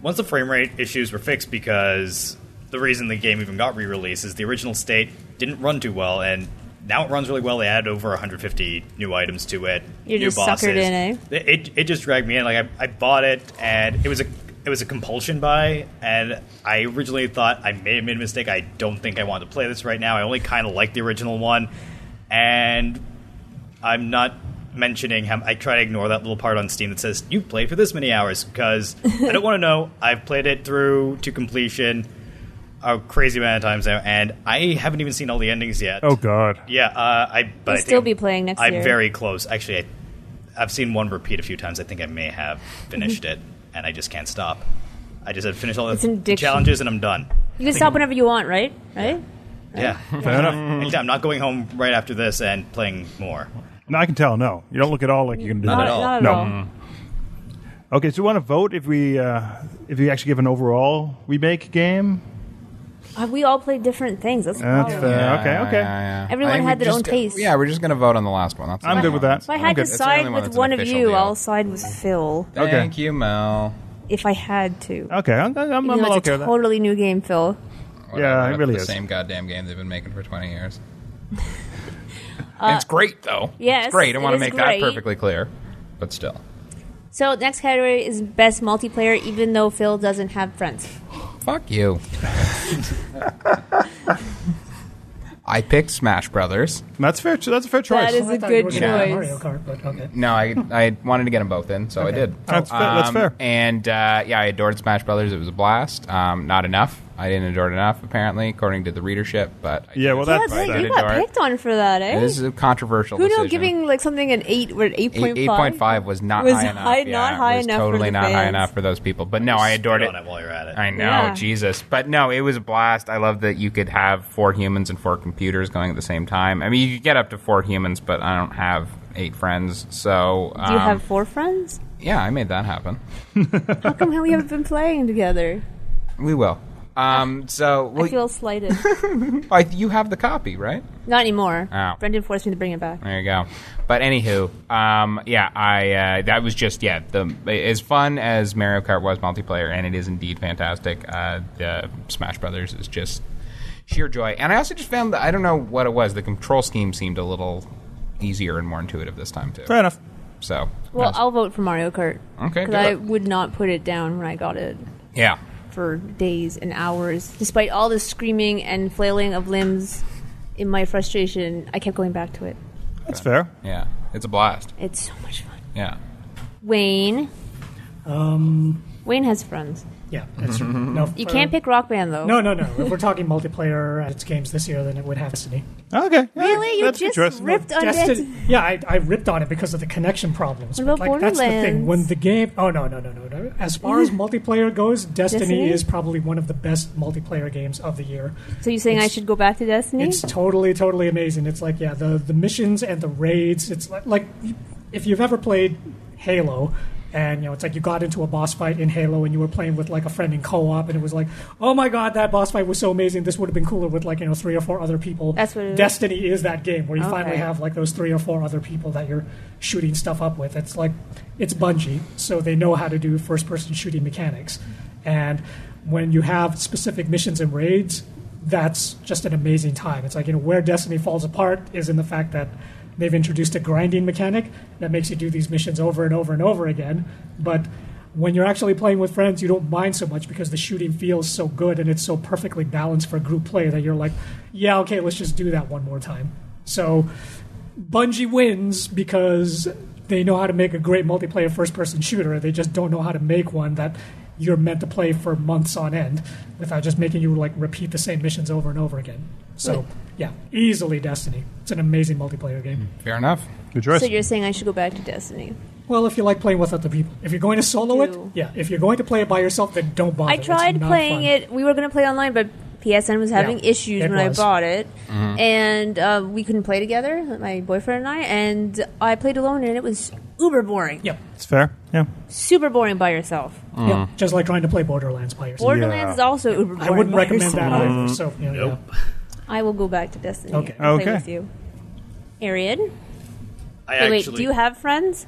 Speaker 6: once the frame rate issues were fixed, because the reason the game even got re-released is the original state didn't run too well, and now it runs really well. They added over 150 new items to it.
Speaker 1: You're
Speaker 6: new
Speaker 1: just suckered
Speaker 6: bosses.
Speaker 1: in, eh?
Speaker 6: It, it it just dragged me in. Like I, I bought it, and it was a it was a compulsion buy, and I originally thought I may have made a mistake. I don't think I want to play this right now. I only kind of like the original one, and I'm not mentioning how I try to ignore that little part on Steam that says you played for this many hours because I don't want to know. *laughs* I've played it through to completion a crazy amount of times now, and I haven't even seen all the endings yet.
Speaker 3: Oh god.
Speaker 6: Yeah, uh, I. But I
Speaker 1: You'll
Speaker 6: think
Speaker 1: still
Speaker 6: I'm-
Speaker 1: be playing next
Speaker 6: I'm
Speaker 1: year.
Speaker 6: very close. Actually, I, I've seen one repeat a few times. I think I may have
Speaker 1: *laughs*
Speaker 6: finished it, and I just can't stop. I just had to finish all
Speaker 1: It's an
Speaker 6: the
Speaker 1: addiction.
Speaker 6: challenges, and I'm done.
Speaker 1: you can stop whenever you want, right? Right?
Speaker 6: Yeah,
Speaker 3: Fair enough.
Speaker 6: Actually, I'm not going home right after this and playing more.
Speaker 3: No, I can tell. No, you don't look at all like you're gonna do
Speaker 6: Not
Speaker 3: that.
Speaker 6: at all.
Speaker 1: Not at
Speaker 3: No. Mm.
Speaker 1: all.
Speaker 3: Okay, so you want to vote if we uh, if you actually give an overall remake game?
Speaker 1: Uh, We all played different things. That's the
Speaker 3: That's
Speaker 1: problem.
Speaker 3: fair.
Speaker 2: Yeah,
Speaker 3: okay, okay.
Speaker 2: yeah, yeah.
Speaker 1: Everyone
Speaker 2: I think
Speaker 1: had
Speaker 2: we
Speaker 1: their
Speaker 2: just
Speaker 1: own
Speaker 2: go-
Speaker 1: taste.
Speaker 2: Yeah, we're just going to vote on the last one. That's the
Speaker 3: I'm
Speaker 2: last
Speaker 3: good with
Speaker 2: one.
Speaker 3: that.
Speaker 1: If I had
Speaker 3: Okay.
Speaker 1: to
Speaker 3: That's
Speaker 2: the only
Speaker 1: side
Speaker 2: one
Speaker 1: with
Speaker 2: that's an
Speaker 1: one of
Speaker 2: official
Speaker 1: you,
Speaker 2: deal.
Speaker 1: I'll side with Phil.
Speaker 3: Okay.
Speaker 2: Thank you, Mel.
Speaker 1: If I had to.
Speaker 3: Okay, I'm, I'm, I'm
Speaker 1: Even though it's
Speaker 3: okay
Speaker 1: a
Speaker 3: with that.
Speaker 1: totally new game, Phil.
Speaker 3: Yeah, it
Speaker 2: it's
Speaker 3: really
Speaker 2: the
Speaker 3: is.
Speaker 2: same goddamn game they've been making for 20
Speaker 1: *laughs*
Speaker 2: years. it's great,
Speaker 1: Uh,
Speaker 2: though.
Speaker 1: yes,
Speaker 2: It's great. I
Speaker 1: it
Speaker 2: want to
Speaker 1: is
Speaker 2: make
Speaker 1: great.
Speaker 2: that perfectly clear. But still.
Speaker 1: So next category is best multiplayer, even though Phil doesn't have friends.
Speaker 2: Fuck
Speaker 1: *laughs*
Speaker 2: you. I picked Smash Brothers.
Speaker 3: That's fair. cho- That's a fair choice.
Speaker 1: That is
Speaker 4: Well, oh, I
Speaker 1: a
Speaker 4: thought you
Speaker 1: good
Speaker 4: were
Speaker 1: choice.
Speaker 4: gonna have Mario Kart, but okay.
Speaker 2: No, I, I wanted to get them both in, so I
Speaker 4: Okay.
Speaker 2: did.
Speaker 3: That's fair- that's fair.
Speaker 2: Um, And uh, yeah, I adored Smash Brothers. It was a blast. Um, not enough. I didn't adore it enough, apparently, according to the readership. But I
Speaker 3: yeah, well,
Speaker 1: Yeah,
Speaker 3: that's
Speaker 1: Blake,
Speaker 2: right.
Speaker 1: you
Speaker 2: That
Speaker 1: got
Speaker 2: is dark.
Speaker 1: picked on for that, eh?
Speaker 2: did. this is a controversial.
Speaker 1: Who
Speaker 2: decision.
Speaker 1: knew giving like something an eight or eight
Speaker 2: Eight-
Speaker 1: point
Speaker 2: 8.5 was not
Speaker 1: Was
Speaker 2: high enough.
Speaker 1: high-
Speaker 2: yeah,
Speaker 1: not high
Speaker 2: it was
Speaker 1: enough for
Speaker 2: Totally
Speaker 1: the
Speaker 2: not high
Speaker 1: fans.
Speaker 2: enough for those people. But no, I
Speaker 6: Spit
Speaker 2: adored it.
Speaker 6: on it while you're at it.
Speaker 2: I know,
Speaker 1: Yeah.
Speaker 2: Jesus. But no, it was a blast. I love that you could have four humans and four computers going at the same time. I mean, you could get up to four humans, but I don't have eight friends. So, um,
Speaker 1: Do you have four friends?
Speaker 2: yeah, I made that happen.
Speaker 1: How come we haven't been playing together?
Speaker 2: We will. Um, so well,
Speaker 1: I feel
Speaker 2: *laughs*
Speaker 1: slighted.
Speaker 2: I- you have the copy, right?
Speaker 1: Not anymore.
Speaker 2: Oh.
Speaker 1: Brendan forced me to bring it back.
Speaker 2: There you go. But anywho, um, yeah, I uh, that was just yeah. The as fun as Mario Kart was multiplayer, and it is indeed fantastic. Uh, the Smash Brothers is just sheer joy, and I also just found that I don't know what it was. The control scheme seemed a little easier and more intuitive this time too.
Speaker 3: Fair enough.
Speaker 2: So
Speaker 1: Well,
Speaker 2: that was-
Speaker 1: I'll vote for Mario Kart.
Speaker 2: Okay,
Speaker 1: Because
Speaker 2: do
Speaker 1: I
Speaker 2: it.
Speaker 1: would not put it down when I got it
Speaker 2: yeah,
Speaker 1: for days and hours. Despite all the screaming and flailing of limbs in my frustration, I kept going back to it.
Speaker 3: That's fair.
Speaker 2: yeah, it's a blast.
Speaker 1: It's so much fun.
Speaker 2: Yeah.
Speaker 1: Wayne. Um. Wayne has friends.
Speaker 4: Um, Yeah,
Speaker 2: *laughs*
Speaker 4: that's true. No, uh,
Speaker 1: You can't pick Rock Band though.
Speaker 4: No, no, no. If we're talking multiplayer and its games this year, then it would have Destiny.
Speaker 3: Okay. yeah,
Speaker 1: Really, you
Speaker 3: that's
Speaker 1: just
Speaker 3: interesting.
Speaker 1: ripped on
Speaker 4: Destiny.
Speaker 1: it.
Speaker 4: Yeah, I, I ripped on it because of the connection problems.
Speaker 1: What about
Speaker 4: But, like, that's the thing.
Speaker 1: Borderlands?
Speaker 4: When the game. Oh, no, no, no, no. no. As far
Speaker 1: *laughs*
Speaker 4: as multiplayer goes, Destiny,
Speaker 1: Destiny?
Speaker 4: is probably one of the best multiplayer games of the year.
Speaker 1: So you saying I
Speaker 4: It's-
Speaker 1: should go back to Destiny?
Speaker 4: It's totally, totally amazing. It's like, yeah, the, the missions and the raids. It's like, like if you've ever played Halo. And you know, it's like you got into a boss fight in Halo, and you were playing with like a friend in co-op, and it was like, oh my god, that boss fight was so amazing. This would have been cooler with like you know three or four other people.
Speaker 1: That's what it is.
Speaker 4: Destiny is that game where you finally
Speaker 1: Okay.
Speaker 4: have like those three or four other people that you're shooting stuff up with. It's like it's Bungie, so they know how to do first person shooting mechanics. And when you have specific missions and raids, that's just an amazing time. It's like, you know, where Destiny falls apart is in the fact that they've introduced a grinding mechanic that makes you do these missions over and over and over again. But when you're actually playing with friends, you don't mind so much because the shooting feels so good and it's so perfectly balanced for group play that you're like, yeah, okay, let's just do that one more time. So Bungie wins because they know how to make a great multiplayer first person shooter. They just don't know how to make one that you're meant to play for months on end without just making you like repeat the same missions over and over again. So, yeah, easily Destiny. It's an amazing multiplayer game.
Speaker 2: Fair enough.
Speaker 3: Good
Speaker 1: so
Speaker 3: choice.
Speaker 1: you're saying I should go back to Destiny?
Speaker 4: Well, if you like playing with other people, if you're going to solo it,
Speaker 1: Do.
Speaker 4: yeah. If you're going to play it by yourself, then don't bother.
Speaker 1: I
Speaker 4: It's
Speaker 1: tried
Speaker 4: not
Speaker 1: playing
Speaker 4: fun.
Speaker 1: it. We were going to play online, but PSN was having
Speaker 4: Yeah,
Speaker 1: issues
Speaker 4: it
Speaker 1: when
Speaker 4: was. Mm-hmm.
Speaker 1: I bought it, and uh, we couldn't play together. My boyfriend and I, and I played alone, and it was uber boring.
Speaker 4: Yep.
Speaker 3: It's fair. Yeah.
Speaker 1: Super boring by yourself.
Speaker 4: Yep. Just like trying to play Borderlands by yourself.
Speaker 1: Borderlands is also uber
Speaker 4: I
Speaker 1: boring.
Speaker 4: wouldn't
Speaker 1: by
Speaker 4: recommend
Speaker 1: yourself.
Speaker 4: that either. So, you know,
Speaker 6: Nope.
Speaker 4: yeah.
Speaker 1: I will go back to Destiny.
Speaker 4: Okay.
Speaker 1: and play
Speaker 3: Okay.
Speaker 1: with you, Ariad.
Speaker 6: I
Speaker 1: Hey, wait,
Speaker 6: actually
Speaker 1: do you Oh. have friends?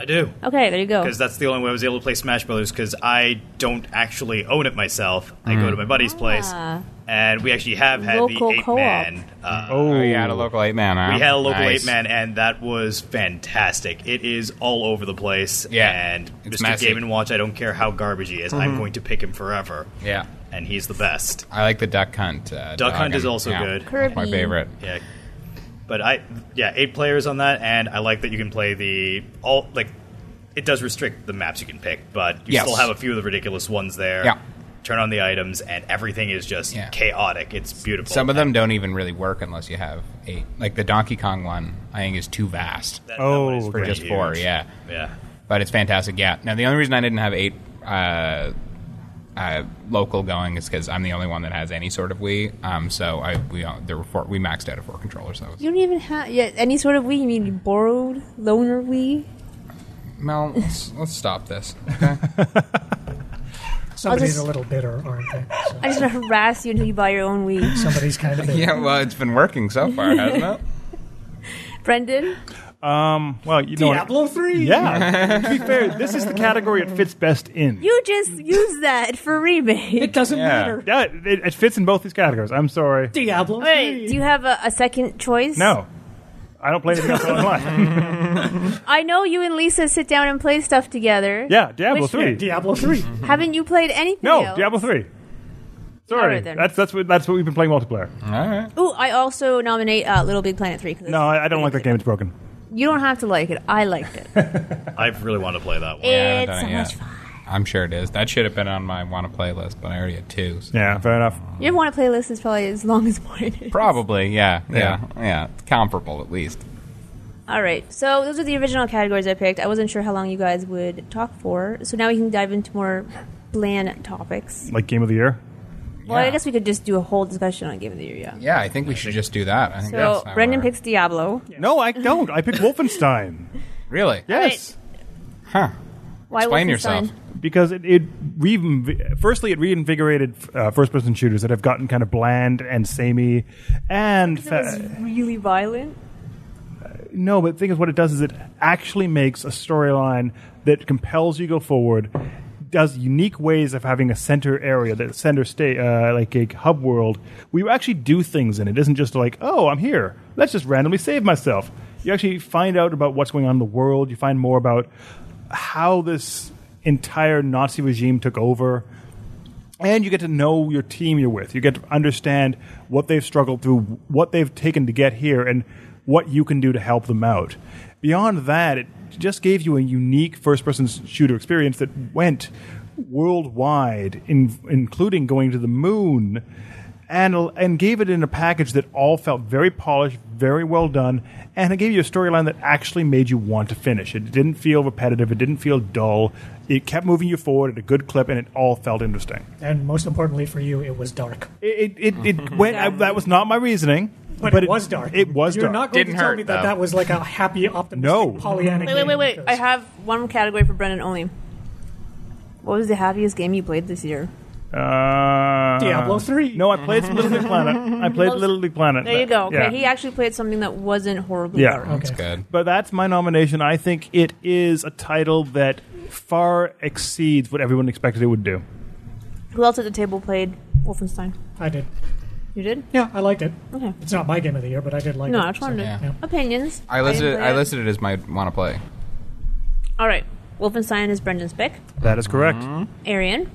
Speaker 6: I do.
Speaker 1: Okay, there you go.
Speaker 6: because that's the only way I was able to play Smash Brothers. Because I don't actually own it myself. I go to
Speaker 2: Mm.
Speaker 6: my buddy's place,
Speaker 1: Ah.
Speaker 6: and we actually have had
Speaker 1: Local
Speaker 6: the eight
Speaker 1: co-op.
Speaker 6: man. Uh,
Speaker 2: Oh, yeah, had a local eight man. Huh?
Speaker 6: We had a local
Speaker 2: Nice.
Speaker 6: eight man, and that was fantastic. It is all over the place.
Speaker 2: Yeah.
Speaker 6: and
Speaker 2: It's
Speaker 6: Mr.
Speaker 2: massive. Mm-hmm.
Speaker 6: Game and Watch. I don't care how garbage he is. I'm going to pick him forever.
Speaker 2: Yeah,
Speaker 6: and he's the best.
Speaker 2: I like the duck hunt. Uh,
Speaker 6: Duck Hunt
Speaker 2: dog
Speaker 6: is
Speaker 2: and-
Speaker 6: also
Speaker 2: yeah,
Speaker 6: good.
Speaker 1: Kirby.
Speaker 2: My favorite.
Speaker 6: Yeah. But I yeah, eight players on that and I like that you can play the all like it does restrict the maps you can pick, but you
Speaker 2: Yes.
Speaker 6: still have a few of the ridiculous ones there.
Speaker 2: Yeah.
Speaker 6: Turn on the items and everything is just
Speaker 2: Yeah.
Speaker 6: chaotic. It's beautiful.
Speaker 2: Some of them don't even really work unless you have eight. Like the Donkey Kong one, I think is too vast
Speaker 6: That- that one is
Speaker 3: Oh,
Speaker 2: for
Speaker 6: pretty
Speaker 2: just four.
Speaker 6: huge.
Speaker 2: Yeah,
Speaker 6: Yeah.
Speaker 2: but it's fantastic. Yeah. Now the only reason I didn't have eight uh, uh, local going is because I'm the only one that has any sort of Wii. Um, so I we uh, there were four. We maxed out at four controllers. So
Speaker 1: You don't even have yeah, any sort of Wii. You mean borrowed, loaner Wii?
Speaker 2: Mel, let's, let's stop this. *laughs* Okay.
Speaker 4: Somebody's
Speaker 1: just-
Speaker 4: a little bitter, aren't they? So
Speaker 1: *laughs* I just want to harass you until you buy your own
Speaker 3: *laughs*
Speaker 1: Wii.
Speaker 4: somebody's kind of bitter.
Speaker 2: yeah. Well, it's been working so far, hasn't *laughs* it?
Speaker 1: Brendan,
Speaker 3: Um. Well, you know.
Speaker 4: Diablo 3!
Speaker 3: *laughs* Yeah. to be fair, this is the category it fits best in.
Speaker 1: you just use that for
Speaker 4: It
Speaker 1: remake.
Speaker 4: doesn't
Speaker 2: Yeah.
Speaker 4: matter.
Speaker 3: yeah, it, it fits in both these categories. I'm sorry.
Speaker 4: Diablo 3!
Speaker 1: Wait, do you have a, a second choice?
Speaker 3: No. I don't play anything else online.
Speaker 1: I know you and Lisa sit down and play stuff together.
Speaker 3: yeah, Diablo
Speaker 1: Which-
Speaker 4: Yeah,
Speaker 3: three.
Speaker 4: Diablo 3.
Speaker 1: Haven't you played anything?
Speaker 3: no,
Speaker 1: else?
Speaker 3: Diablo three. Sorry,
Speaker 1: Alright then.
Speaker 3: that's that's what that's what we've been playing multiplayer.
Speaker 2: All right.
Speaker 1: Ooh, I also nominate uh, Little Big Planet three. 'cause
Speaker 3: No, I, I don't like that game. It's broken.
Speaker 1: You don't have to like it. I liked
Speaker 3: *laughs*
Speaker 1: it.
Speaker 6: I really want to play that one.
Speaker 2: I haven't
Speaker 1: it's
Speaker 2: done
Speaker 1: so
Speaker 2: it yet.
Speaker 1: much fun.
Speaker 2: I'm sure it is. That should have been on my want to play list, but I already had two. so-
Speaker 3: Yeah, fair enough.
Speaker 1: Your want to playlist is probably as long as mine.
Speaker 3: *laughs*
Speaker 1: is.
Speaker 2: Probably, yeah, yeah,
Speaker 3: Yeah.
Speaker 2: yeah, Comparable, at least.
Speaker 1: All right. So those are the original categories I picked. I wasn't sure how long you guys would talk for. So now we can dive into more bland topics.
Speaker 3: Like game of the year.
Speaker 1: Well, I
Speaker 2: Yeah.
Speaker 1: guess we could just do a whole discussion on Game of the Year. Yeah.
Speaker 2: Yeah, I think we should just do that. I think
Speaker 1: So
Speaker 2: that's how
Speaker 1: Brendan
Speaker 2: we're-
Speaker 1: picks Diablo.
Speaker 3: No, I *laughs* don't. I picked Wolfenstein.
Speaker 2: Really?
Speaker 3: Yes.
Speaker 2: Huh?
Speaker 1: Why
Speaker 2: Explain
Speaker 1: Wolfenstein?
Speaker 2: yourself.
Speaker 3: because it, it re- firstly it reinvigorated uh, first-person shooters that have gotten kind of bland and samey, and
Speaker 1: It was
Speaker 3: fa-
Speaker 1: really violent.
Speaker 3: no, but the thing is, what it does is it actually makes a storyline that compels you to go forward. Does unique ways of having a center area, that center state, uh, like a hub world, where you actually do things in it. it. Isn't just like, oh, I'm here. Let's just randomly save myself. You actually find out about what's going on in the world. You find more about how this entire Nazi regime took over and you get to know your team you're with. You get to understand what they've struggled through, what they've taken to get here, and what you can do to help them out. Beyond that, it just gave you a unique first-person s- shooter experience that went worldwide, in, including going to the moon, and and gave it in a package that all felt very polished, very well done, and it gave you a storyline that actually made you want to finish. It didn't feel repetitive. It didn't feel dull. It kept moving you forward at a good clip, and it all felt interesting
Speaker 4: And most importantly for you, it was dark.
Speaker 3: it it, it,
Speaker 6: *laughs*
Speaker 3: it went. I, that was not my reasoning,
Speaker 4: But, it, was dark.
Speaker 3: It was
Speaker 4: You're
Speaker 3: dark.
Speaker 4: not going
Speaker 2: Didn't
Speaker 4: to tell
Speaker 2: hurt,
Speaker 4: me that
Speaker 2: though.
Speaker 4: that was like a happy, optimistic,
Speaker 3: No.
Speaker 4: Pollyanna
Speaker 1: Wait, wait, wait, wait.
Speaker 4: game
Speaker 1: I
Speaker 4: because-
Speaker 1: have one category for Brendan only. What was the happiest game you played this year?
Speaker 3: Uh,
Speaker 4: Diablo 3.
Speaker 3: No, I played some
Speaker 4: *laughs*
Speaker 3: Little Big Planet. I played Little Big Planet.
Speaker 1: There you go. Okay,
Speaker 3: Yeah.
Speaker 1: he actually played something that wasn't horribly
Speaker 3: Yeah.
Speaker 1: dark.
Speaker 2: That's good.
Speaker 3: but that's my nomination. I think it is a title that far exceeds what everyone expected it would do.
Speaker 1: Who else at the table played Wolfenstein?
Speaker 4: I did.
Speaker 1: You did?
Speaker 4: Yeah, I liked it.
Speaker 1: Okay.
Speaker 4: It's not my game of the year, but I did like
Speaker 1: No,
Speaker 4: it.
Speaker 1: I just wanted to.
Speaker 2: Yeah.
Speaker 1: Opinions.
Speaker 2: I listed.
Speaker 1: didn't
Speaker 2: it-
Speaker 1: play
Speaker 2: I
Speaker 1: it.
Speaker 2: listed it as my want to play.
Speaker 1: All right. Wolfenstein is Brendan's pick.
Speaker 3: That is correct.
Speaker 6: Mm-hmm.
Speaker 1: Arian,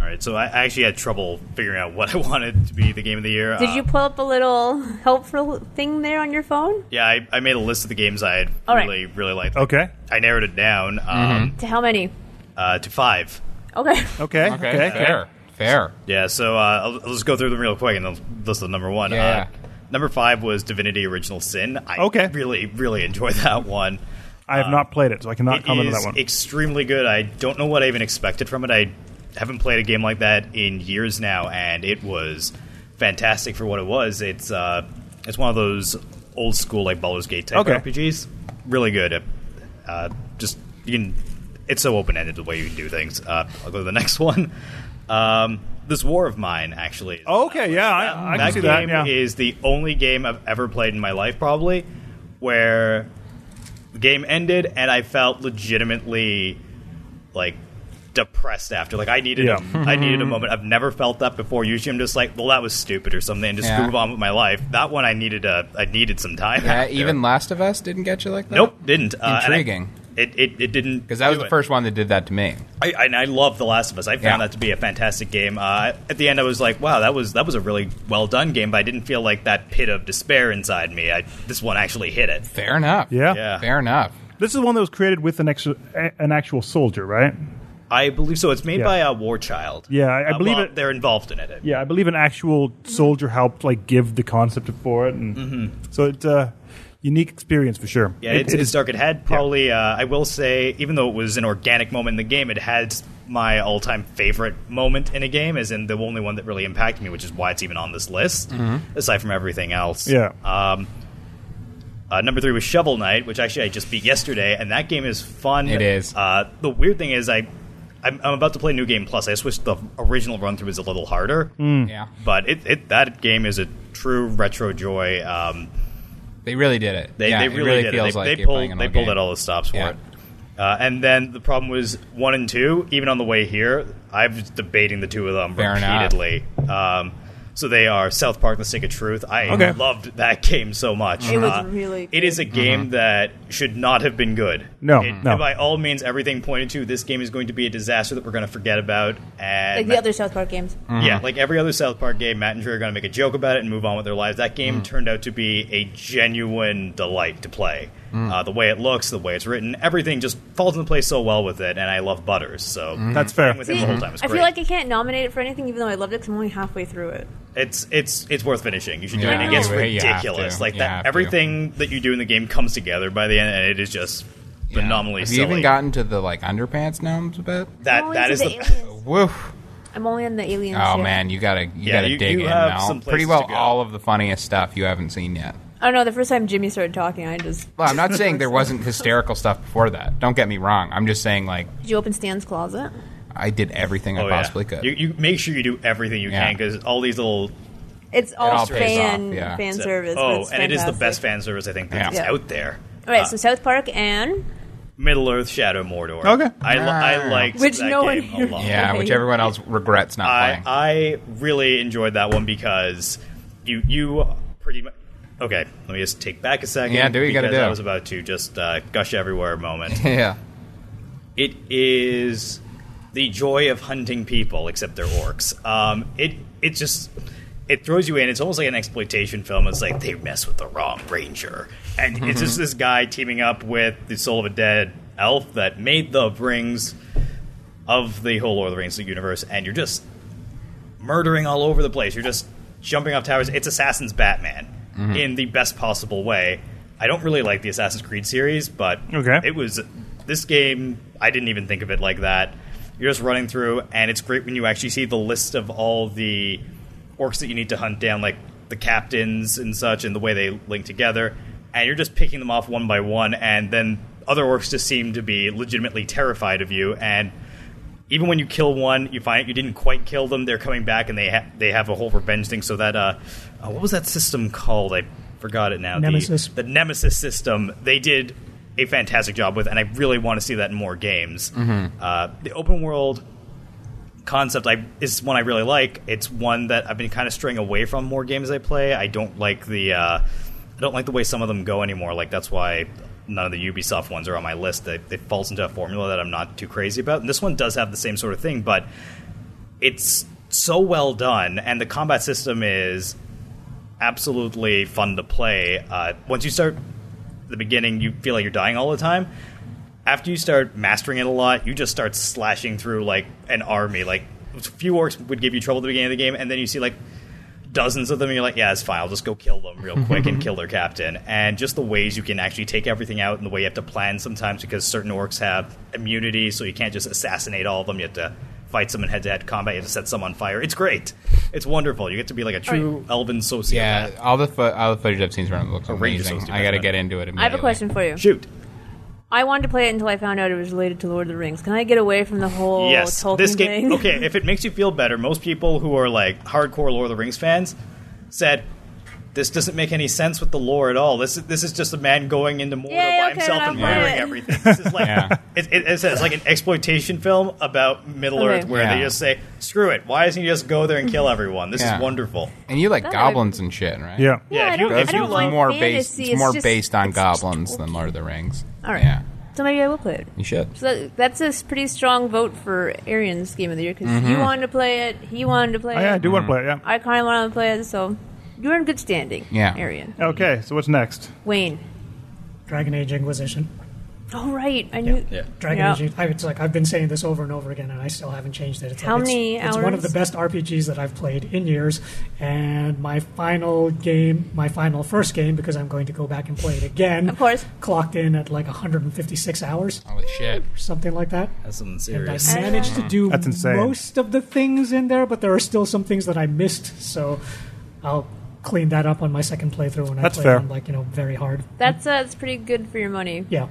Speaker 6: All right, so I I actually had trouble figuring out what *laughs* I wanted to be the game of the year.
Speaker 1: did
Speaker 6: Uh,
Speaker 1: you pull up a little helpful thing there on your phone
Speaker 6: Yeah, I, I made a list of the games I had
Speaker 1: All right.
Speaker 6: really, really liked.
Speaker 3: Okay.
Speaker 6: I narrowed it down
Speaker 2: Mm-hmm.
Speaker 6: um,
Speaker 1: to how many?
Speaker 6: uh, to five.
Speaker 2: *laughs*
Speaker 1: Okay.
Speaker 3: Okay.
Speaker 2: Okay, fair, fair.
Speaker 6: Yeah, so uh, I'll, I'll just go through them real quick and I'll list them number one.
Speaker 2: Yeah.
Speaker 6: Uh, number five was Divinity Original Sin. I
Speaker 3: Okay.
Speaker 6: really, really enjoyed *laughs* that one.
Speaker 3: I have not played it, so I cannot
Speaker 6: It
Speaker 3: comment on
Speaker 6: is
Speaker 3: that one.
Speaker 6: extremely good. I don't know what I even expected from it. I haven't played a game like that in years now, and it was fantastic for what it was. It's uh, it's one of those old school like Baldur's Gate type
Speaker 3: Okay.
Speaker 6: RPGs. Really good. Uh, just you can. It's so open ended the way you can do things. Uh, I'll go to the *laughs* next one. Um, this War of Mine actually. is-
Speaker 3: okay. Yeah, I, I can
Speaker 6: that
Speaker 3: see
Speaker 6: game
Speaker 3: that. Yeah.
Speaker 6: is the only game I've ever played in my life, probably, where the game ended and I felt legitimately like depressed after. Like I needed,
Speaker 3: Yeah.
Speaker 6: a, I
Speaker 2: Mm-hmm.
Speaker 6: needed a moment. I've never felt that before. Usually, I'm just like, well, that was stupid or something, and just
Speaker 2: Yeah.
Speaker 6: move on with my life. That one, I needed a, I needed some time.
Speaker 2: Yeah,
Speaker 6: after.
Speaker 2: even Last of Us didn't get you like that.
Speaker 6: nope, didn't. Uh, and I-
Speaker 2: Intriguing.
Speaker 6: it, it, it didn't
Speaker 2: because that was
Speaker 6: do
Speaker 2: the
Speaker 6: it.
Speaker 2: first one that did that to me.
Speaker 6: I, I- and I love The Last of Us. I found
Speaker 2: Yeah.
Speaker 6: that to be a fantastic game. Uh, at the end, I was like, "Wow, that was that was a really well done game." But I didn't feel like that pit of despair inside me. I, this one actually hit it.
Speaker 2: Fair enough.
Speaker 3: Yeah.
Speaker 6: Yeah.
Speaker 2: Fair enough.
Speaker 3: This is one that was created with an extra, a- an actual soldier, right?
Speaker 6: I believe so. It's made
Speaker 3: Yeah.
Speaker 6: by a war child.
Speaker 3: Yeah, I- I
Speaker 6: Uh,
Speaker 3: believe
Speaker 6: well,
Speaker 3: it-
Speaker 6: They're involved in it.
Speaker 3: Yeah, I believe an actual soldier helped like give the concept for it, and so it's a unique experience for sure.
Speaker 6: Mm-hmm. Yeah,
Speaker 3: It-
Speaker 6: it's,
Speaker 3: it
Speaker 6: it's
Speaker 3: is-
Speaker 6: dark. It had probably, uh, I will say, even though it was an organic moment in the game, it had my all time favorite moment in a game, as in the only one that really impacted me, which is why it's even on this list, aside from everything else.
Speaker 3: Mm-hmm. Yeah.
Speaker 6: Um, uh, number three was Shovel Knight, which actually I just beat yesterday, and that game is fun.
Speaker 2: It is.
Speaker 6: Uh, the weird thing is, I. I'm, I'm about to play New Game Plus. I just wish the original run through was a little harder,
Speaker 2: Yeah,
Speaker 6: but it, it that game is a true retro joy. Um,
Speaker 2: they really did it.
Speaker 6: they,
Speaker 2: yeah,
Speaker 6: they
Speaker 2: it
Speaker 6: really, did.
Speaker 2: feels
Speaker 6: it. They,
Speaker 2: like
Speaker 6: they
Speaker 2: you're playing
Speaker 6: pulled
Speaker 2: an
Speaker 6: they
Speaker 2: old
Speaker 6: pulled
Speaker 2: game.
Speaker 6: out all the stops for
Speaker 2: Yeah.
Speaker 6: it. Uh, and then the problem was one and two. Even on the way here, I was debating the two of them
Speaker 2: Fair enough.
Speaker 6: repeatedly. Um, so they are South Park: The Stick of Truth. I
Speaker 3: Okay.
Speaker 6: loved that *laughs* game so much. Uh,
Speaker 1: It was really
Speaker 6: It is a game
Speaker 2: Mm-hmm.
Speaker 6: that should not have been good.
Speaker 3: No,
Speaker 6: It-
Speaker 3: no.
Speaker 6: By all means, everything pointed to this game is going to be a disaster that we're going to forget about. And
Speaker 1: Like the other South Park games.
Speaker 6: yeah,
Speaker 2: Mm-hmm.
Speaker 6: like every other South Park game, Matt and Drew are going to make a joke about it and move on with their lives. That game
Speaker 2: Mm-hmm.
Speaker 6: turned out to be a genuine delight to play.
Speaker 2: Mm.
Speaker 6: Uh, the way it looks, the way it's written, everything just falls into place so well with it. And I love Butters, so
Speaker 2: Mm-hmm.
Speaker 3: That's fair.
Speaker 6: playing with him
Speaker 1: See,
Speaker 6: the whole time is
Speaker 1: I
Speaker 6: great.
Speaker 1: feel like I can't nominate it for anything, even though I loved it because I'm only halfway through it.
Speaker 6: it's it's it's worth finishing. You should do
Speaker 2: Yeah,
Speaker 6: it. It gets
Speaker 2: you- you have
Speaker 6: ridiculous.
Speaker 2: to.
Speaker 6: Like
Speaker 2: You have
Speaker 6: that,
Speaker 2: to.
Speaker 6: everything that you do in the game comes together by the end, and it is just
Speaker 2: Yeah.
Speaker 6: phenomenally
Speaker 2: Have
Speaker 6: silly.
Speaker 2: you even gotten to the like underpants gnomes a bit?
Speaker 1: I'm
Speaker 6: that
Speaker 1: only
Speaker 6: that
Speaker 1: to
Speaker 6: is
Speaker 1: the
Speaker 6: the
Speaker 1: aliens.
Speaker 2: Woof.
Speaker 1: I'm only on the aliens.
Speaker 2: Oh
Speaker 1: yet.
Speaker 2: man, you gotta you
Speaker 6: Yeah,
Speaker 2: gotta
Speaker 6: you-
Speaker 2: dig
Speaker 6: you
Speaker 2: in,
Speaker 6: have
Speaker 2: Mel.
Speaker 6: some places
Speaker 2: Pretty well
Speaker 6: to go.
Speaker 2: all of the funniest stuff you haven't seen yet.
Speaker 1: I don't know. Oh, The first time Jimmy started talking, I just
Speaker 2: Well,
Speaker 1: *laughs*
Speaker 2: I'm not saying there wasn't hysterical stuff before that. Don't get me wrong. I'm just saying like
Speaker 1: did you open Stan's closet?
Speaker 2: I did everything I
Speaker 6: Oh, yeah.
Speaker 2: possibly could.
Speaker 6: You, you make sure you do everything you
Speaker 2: Yeah.
Speaker 6: can 'cause can because all these little
Speaker 1: It's all,
Speaker 2: all pays
Speaker 1: fan
Speaker 2: off, yeah.
Speaker 1: fan service. but
Speaker 6: Oh,
Speaker 1: it's
Speaker 6: and it is the
Speaker 1: fantastic.
Speaker 6: best fan service I think that's
Speaker 1: Yeah. Yeah.
Speaker 6: out there.
Speaker 1: All right, so South Park and
Speaker 6: Middle Earth Shadow Mordor.
Speaker 3: Okay.
Speaker 6: I li- I liked
Speaker 1: Which
Speaker 6: that
Speaker 1: no one
Speaker 6: game
Speaker 1: here-
Speaker 6: a lot.
Speaker 2: yeah, which
Speaker 1: *laughs*
Speaker 2: everyone else regrets not
Speaker 6: I
Speaker 2: playing.
Speaker 6: I really enjoyed that one because you you pretty much. Okay, let me just take back a second.
Speaker 2: Yeah, do what you gotta
Speaker 6: because
Speaker 2: do.
Speaker 6: I was about to just uh, gush everywhere a moment.
Speaker 2: *laughs* yeah.
Speaker 6: It is the joy of hunting people, except they're orcs. Um, it it just it throws you in. It's almost like an exploitation film. It's like they mess with the wrong ranger, and it's just this guy teaming up with the soul of a dead elf that made the rings of the whole Lord of the Rings universe, and you're just murdering all over the place. You're just jumping off towers. It's Assassin's Batman in the best possible way. I don't really like the Assassin's Creed series, but
Speaker 3: Okay.
Speaker 6: it was this game. I didn't even think of it like that. You're just running through, and it's great when you actually see the list of all the orcs that you need to hunt down, like the captains and such, and the way they link together. And you're just picking them off one by one, and then other orcs just seem to be legitimately terrified of you. And even when you kill one, you find you didn't quite kill them. They're coming back, and they ha- they have a whole revenge thing. So that uh, uh, what was that system called? I forgot it now. The-
Speaker 4: Nemesis.
Speaker 6: The, Nemesis system. They did a fantastic job with, and I really want to see that in more games. Uh, the open world concept I is one I really like. It's one that I've been kind of straying away from more games I play. I don't like the uh, I don't like the way some of them go anymore. Like that's why none of the Ubisoft ones are on my list. They, it falls into a formula that I'm not too crazy about. And this one does have the same sort of thing, but it's so well done, and the combat system is absolutely fun to play. Uh, once you start the beginning, you feel like you're dying all the time. After you start mastering it a lot, you just start slashing through like an army. Like a few orcs would give you trouble at the beginning of the game, and then you see like dozens of them, and you're like, yeah, it's fine. I'll just go kill them real quick and kill their captain. And just the ways you can actually take everything out and the way you have to plan sometimes because certain orcs have immunity, so you can't just assassinate all of them. You have to fight some in head to head combat. You have to set some on fire. It's great. It's wonderful. You get to be like a true elven sociopath.
Speaker 2: Yeah, all the fo- all the footage I've seen from it looks
Speaker 6: range is
Speaker 2: amazing.
Speaker 6: so stupid,
Speaker 2: I got to
Speaker 6: man.
Speaker 2: get into it. Immediately.
Speaker 1: I have a question for you.
Speaker 6: Shoot.
Speaker 1: I wanted to play it until I found out it was related to Lord of the Rings. Can I get away from the whole
Speaker 6: yes,
Speaker 1: Tolkien
Speaker 6: this game.
Speaker 1: thing?
Speaker 6: Okay, if it makes you feel better, most people who are like hardcore Lord of the Rings fans said this doesn't make any sense with the lore at all. This is, this is just a man going into Mordor
Speaker 1: Yay, okay,
Speaker 6: by himself
Speaker 1: then
Speaker 6: and
Speaker 1: I'll play
Speaker 6: murdering
Speaker 1: it.
Speaker 6: everything. This is
Speaker 2: *laughs*
Speaker 6: like
Speaker 2: Yeah.
Speaker 6: it, it, it's, it's like an exploitation film about Middle
Speaker 1: Okay.
Speaker 6: Earth where they
Speaker 2: Yeah.
Speaker 6: just say, "Screw it! Why doesn't he just go there and
Speaker 1: *laughs*
Speaker 6: kill everyone? This
Speaker 2: Yeah.
Speaker 6: is wonderful."
Speaker 2: And you like
Speaker 1: That-
Speaker 2: goblins and shit, right?
Speaker 3: Yeah.
Speaker 1: *laughs* Yeah, I
Speaker 6: if you,
Speaker 1: don't-
Speaker 6: if
Speaker 1: I
Speaker 6: you
Speaker 1: don't
Speaker 6: like-
Speaker 1: like-
Speaker 2: more based.
Speaker 1: fantasy,
Speaker 2: It's,
Speaker 1: it's
Speaker 2: more
Speaker 1: just-
Speaker 2: based on
Speaker 1: it's just
Speaker 2: goblins
Speaker 1: Tolkien.
Speaker 2: than Lord of the Rings.
Speaker 1: All right.
Speaker 2: Yeah,
Speaker 1: So maybe I will play it.
Speaker 2: you should.
Speaker 1: So that- that's a pretty strong vote for Arian's game of the year because you
Speaker 2: Mm-hmm.
Speaker 1: wanted to play it, he wanted to play
Speaker 3: Oh, yeah, I
Speaker 1: it,
Speaker 3: do want to play it.
Speaker 6: Mm-hmm.
Speaker 3: Yeah.
Speaker 1: I kind of wanted to play it. So you're in good standing.
Speaker 2: Yeah.
Speaker 1: Arian,
Speaker 3: Okay, so what's next?
Speaker 1: Wayne.
Speaker 4: Dragon Age Inquisition.
Speaker 1: Oh right, I knew.
Speaker 6: yeah.
Speaker 4: Dragon
Speaker 1: Yeah.
Speaker 4: Age. I, it's like I've been saying this over and over again, and I still haven't changed it. It's
Speaker 1: How
Speaker 4: like, it's-
Speaker 1: many
Speaker 4: it's, one of
Speaker 1: hours?
Speaker 4: the best RPGs that I've played in years. And my final game, my final first game, because I'm going to go back and play it again.
Speaker 1: Of course.
Speaker 4: Clocked in at like 156 hours,
Speaker 2: Holy shit!
Speaker 4: something like that.
Speaker 6: That's something
Speaker 4: And I
Speaker 6: serious.
Speaker 4: managed to do
Speaker 3: That's insane.
Speaker 4: most of the things in there, but there are still some things that I missed. So I'll clean that up on my second playthrough when
Speaker 3: That's
Speaker 4: I play
Speaker 3: fair.
Speaker 4: on like you know very hard.
Speaker 1: That's uh, that's pretty good for your money.
Speaker 4: Yeah.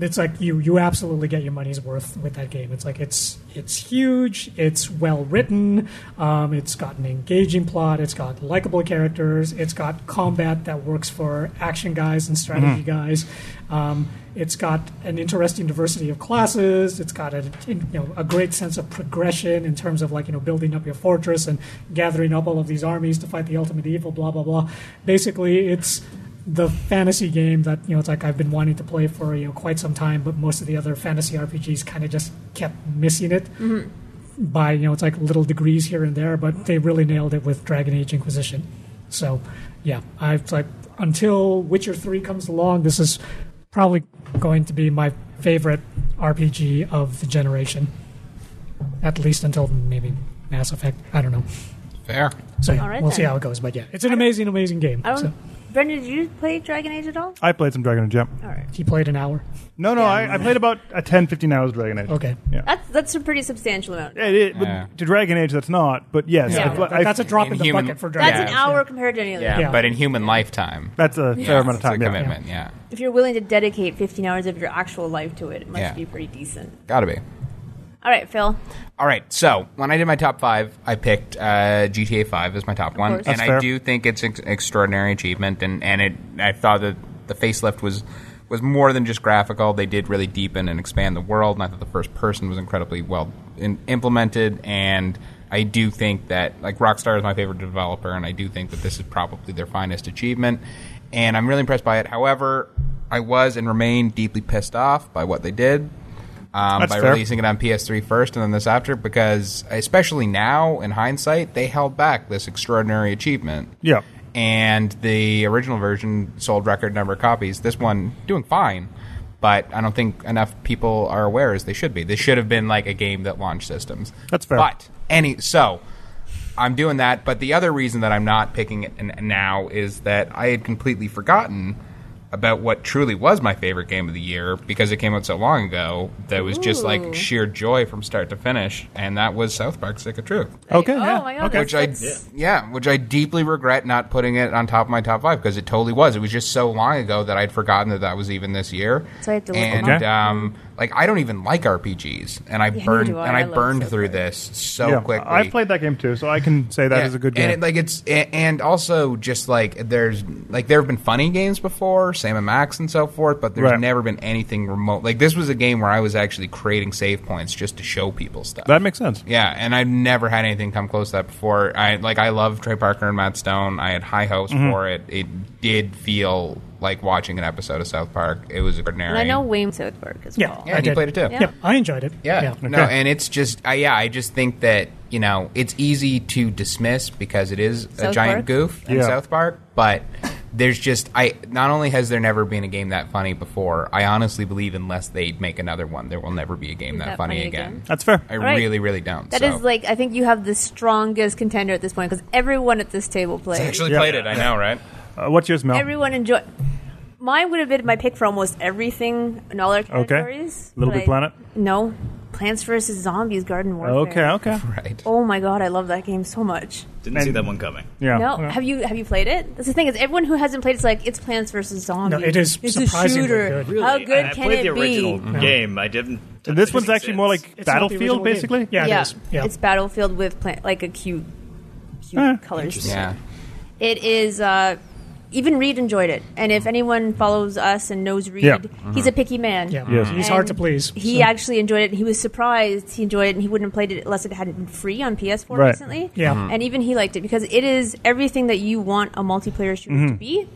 Speaker 4: It's like you you absolutely get your money's worth with that game. It's like it's it's huge, it's well written, um, it's got an engaging plot, it's got likable characters, it's got combat that works for action guys and strategy guys. Um, it's got an interesting diversity of classes. It's got a you know a great sense of progression in terms of like you know building up your fortress and gathering up all of these armies to fight the ultimate evil. Blah blah blah. Basically, it's the fantasy game that you know it's like I've been wanting to play for you know quite some time, but most of the other fantasy RPGs kind of just kept missing it
Speaker 1: Mm-hmm.
Speaker 4: by you know it's like little degrees here and there, but they really nailed it with Dragon Age Inquisition. So yeah, I've like until Witcher three comes along, this is probably going to be my favorite RPG of the generation, at least until maybe Mass Effect. I don't know.
Speaker 2: Fair.
Speaker 4: So yeah,
Speaker 1: All right
Speaker 4: we'll see
Speaker 1: then.
Speaker 4: how it goes. But yeah, it's an amazing, amazing game.
Speaker 1: I don't.
Speaker 4: So,
Speaker 1: Brendan, did you play Dragon Age at all?
Speaker 3: I played some Dragon Age. Yeah.
Speaker 1: All right.
Speaker 4: he played an hour.
Speaker 3: No, no, I, I played about a 10, 15 hours of Dragon Age.
Speaker 4: Okay.
Speaker 1: That's that's a pretty substantial amount.
Speaker 3: It, it, but
Speaker 2: Yeah.
Speaker 3: To Dragon Age, that's not. But yes,
Speaker 1: Yeah.
Speaker 3: I, pl-
Speaker 4: That-
Speaker 3: I-
Speaker 4: that's a drop in,
Speaker 2: in
Speaker 4: the
Speaker 2: human-
Speaker 4: bucket for Dragon
Speaker 1: That's
Speaker 2: Yeah.
Speaker 1: an
Speaker 4: Age.
Speaker 1: hour compared to any other.
Speaker 2: Yeah,
Speaker 1: game.
Speaker 4: Yeah.
Speaker 2: but in human lifetime,
Speaker 3: that's a fair amount
Speaker 2: it's
Speaker 3: of
Speaker 2: a
Speaker 3: time. yeah.
Speaker 2: commitment. Yeah.
Speaker 1: If you're willing to dedicate 15 hours of your actual life to it, it must
Speaker 2: Yeah.
Speaker 1: be pretty decent.
Speaker 2: gotta be.
Speaker 1: All right, Phil.
Speaker 2: All right, so when I did my top five, I picked uh, GTA Five as my top one,
Speaker 1: course.
Speaker 2: and
Speaker 1: That's
Speaker 2: I
Speaker 3: fair.
Speaker 2: do think it's an ex- extraordinary achievement, and and it I thought that the facelift was was more than just graphical. They did really deepen and expand the world, and I thought the first person was incredibly well in, implemented, and I do think that like Rockstar is my favorite developer, and I do think that this is probably their finest achievement, and I'm really impressed by it. However, I was and remain deeply pissed off by what they did um,
Speaker 3: That's
Speaker 2: by
Speaker 3: fair.
Speaker 2: releasing it on PS3 first and then this after because, especially now in hindsight, they held back this extraordinary achievement.
Speaker 3: Yeah.
Speaker 2: And the original version sold record number of copies. This one doing fine, but I don't think enough people are aware as they should be. This should have been like a game that launched systems.
Speaker 3: That's fair.
Speaker 2: But any so I'm doing that, but the other reason that I'm not picking it n- now is that I had completely forgotten about what truly was my favorite game of the year because it came out so long ago that it was just
Speaker 1: Ooh.
Speaker 2: like sheer joy from start to finish, and that was South Park: Stick of Truth,
Speaker 3: Okay.
Speaker 1: Oh
Speaker 3: yeah.
Speaker 1: my god. that's-
Speaker 3: Okay.
Speaker 2: which I yeah.
Speaker 1: that's-
Speaker 2: which I deeply regret not putting it on top of my top five because it totally was. It was just so long ago that I'd forgotten that that was even this year.
Speaker 1: So I have to look
Speaker 2: and
Speaker 1: them up.
Speaker 2: um, like I don't even like RPGs, and I
Speaker 1: neither
Speaker 2: burned
Speaker 1: do I.
Speaker 2: and I,
Speaker 1: I love
Speaker 2: burned
Speaker 1: South
Speaker 2: through
Speaker 1: Park.
Speaker 2: this so
Speaker 3: Yeah.
Speaker 2: quickly.
Speaker 3: I've played that game too, so I can say that is
Speaker 2: Yeah,
Speaker 3: a good game.
Speaker 2: And it, like it's a- and also just like there's like there have been funny games before, Sam and Max and so forth, but there's
Speaker 3: Right.
Speaker 2: never been anything remote. Like this was a game where I was actually creating save points just to show people stuff.
Speaker 3: that makes sense.
Speaker 2: yeah, and I've never had anything come close to that before. I like I love Trey Parker and Matt Stone. I had high hopes for it. It did feel like watching an episode of South Park. It was extraordinary.
Speaker 1: And I know Wayne South Park as
Speaker 4: Yeah.
Speaker 1: well.
Speaker 2: Yeah, and you
Speaker 4: I
Speaker 2: played it
Speaker 4: did.
Speaker 2: too.
Speaker 1: Yeah.
Speaker 4: Yeah, I enjoyed it.
Speaker 2: Yeah. No,
Speaker 3: Okay.
Speaker 2: and it's just, I yeah, I just think that, you know, it's easy to dismiss because it is a
Speaker 1: South Park.
Speaker 2: giant goof in
Speaker 3: Yeah.
Speaker 2: South Park, but there's just, I, not only has there never been a game that funny before, I honestly believe unless they make another one, there will never be a game that, funny, again.
Speaker 3: That's fair.
Speaker 2: I
Speaker 1: All right.
Speaker 2: really, really don't.
Speaker 1: That
Speaker 2: so.
Speaker 1: is like I think you have the strongest contender at this point because everyone at this table
Speaker 2: I
Speaker 1: played.
Speaker 2: actually
Speaker 3: Yeah.
Speaker 2: played it, I know, right?
Speaker 3: Uh, what's yours, Mel?
Speaker 1: everyone enjoyed. Mine would have been my pick for almost everything in all our categories.
Speaker 3: Little
Speaker 1: but
Speaker 3: Big
Speaker 1: I-
Speaker 3: Planet?
Speaker 1: No, Plants vs Zombies Garden Warfare.
Speaker 3: okay. Okay.
Speaker 2: *laughs* Right.
Speaker 1: Oh my god, I love that game so much.
Speaker 6: Didn't see that one coming.
Speaker 3: Yeah.
Speaker 1: No,
Speaker 3: Okay.
Speaker 1: have you have you played it? That's the thing is everyone who hasn't played it's like it's Plants vs Zombies.
Speaker 4: No, it is
Speaker 1: It's a
Speaker 4: surprisingly
Speaker 1: shooter.
Speaker 4: good.
Speaker 1: How
Speaker 6: I-
Speaker 1: good
Speaker 6: I
Speaker 1: can
Speaker 6: played
Speaker 1: it
Speaker 6: the original
Speaker 1: be?
Speaker 6: game. I didn't.
Speaker 3: And this one's actually more like
Speaker 4: It's not the
Speaker 3: Battlefield,
Speaker 4: original game.
Speaker 3: basically.
Speaker 4: Yeah,
Speaker 1: yeah,
Speaker 4: it is. Yeah.
Speaker 1: it's Battlefield with plant like a cute, cute
Speaker 3: Eh.
Speaker 1: colors.
Speaker 2: Yeah.
Speaker 1: It is. Uh, even Reed enjoyed it, and if anyone follows us and knows Reed,
Speaker 3: Yeah. Uh-huh.
Speaker 1: he's a picky man.
Speaker 4: yeah.
Speaker 3: Yes.
Speaker 4: He's hard
Speaker 1: Mm. And
Speaker 4: to please.
Speaker 1: He
Speaker 4: so-
Speaker 1: actually enjoyed it, and he was surprised he enjoyed it, and he wouldn't have played it unless it hadn't been free on PS4
Speaker 3: Right. Uh-huh.
Speaker 1: recently.
Speaker 4: Yeah. Mhm.
Speaker 1: and even he liked it because it is everything that you want a multiplayer shooter
Speaker 3: Mm-hmm.
Speaker 1: to be.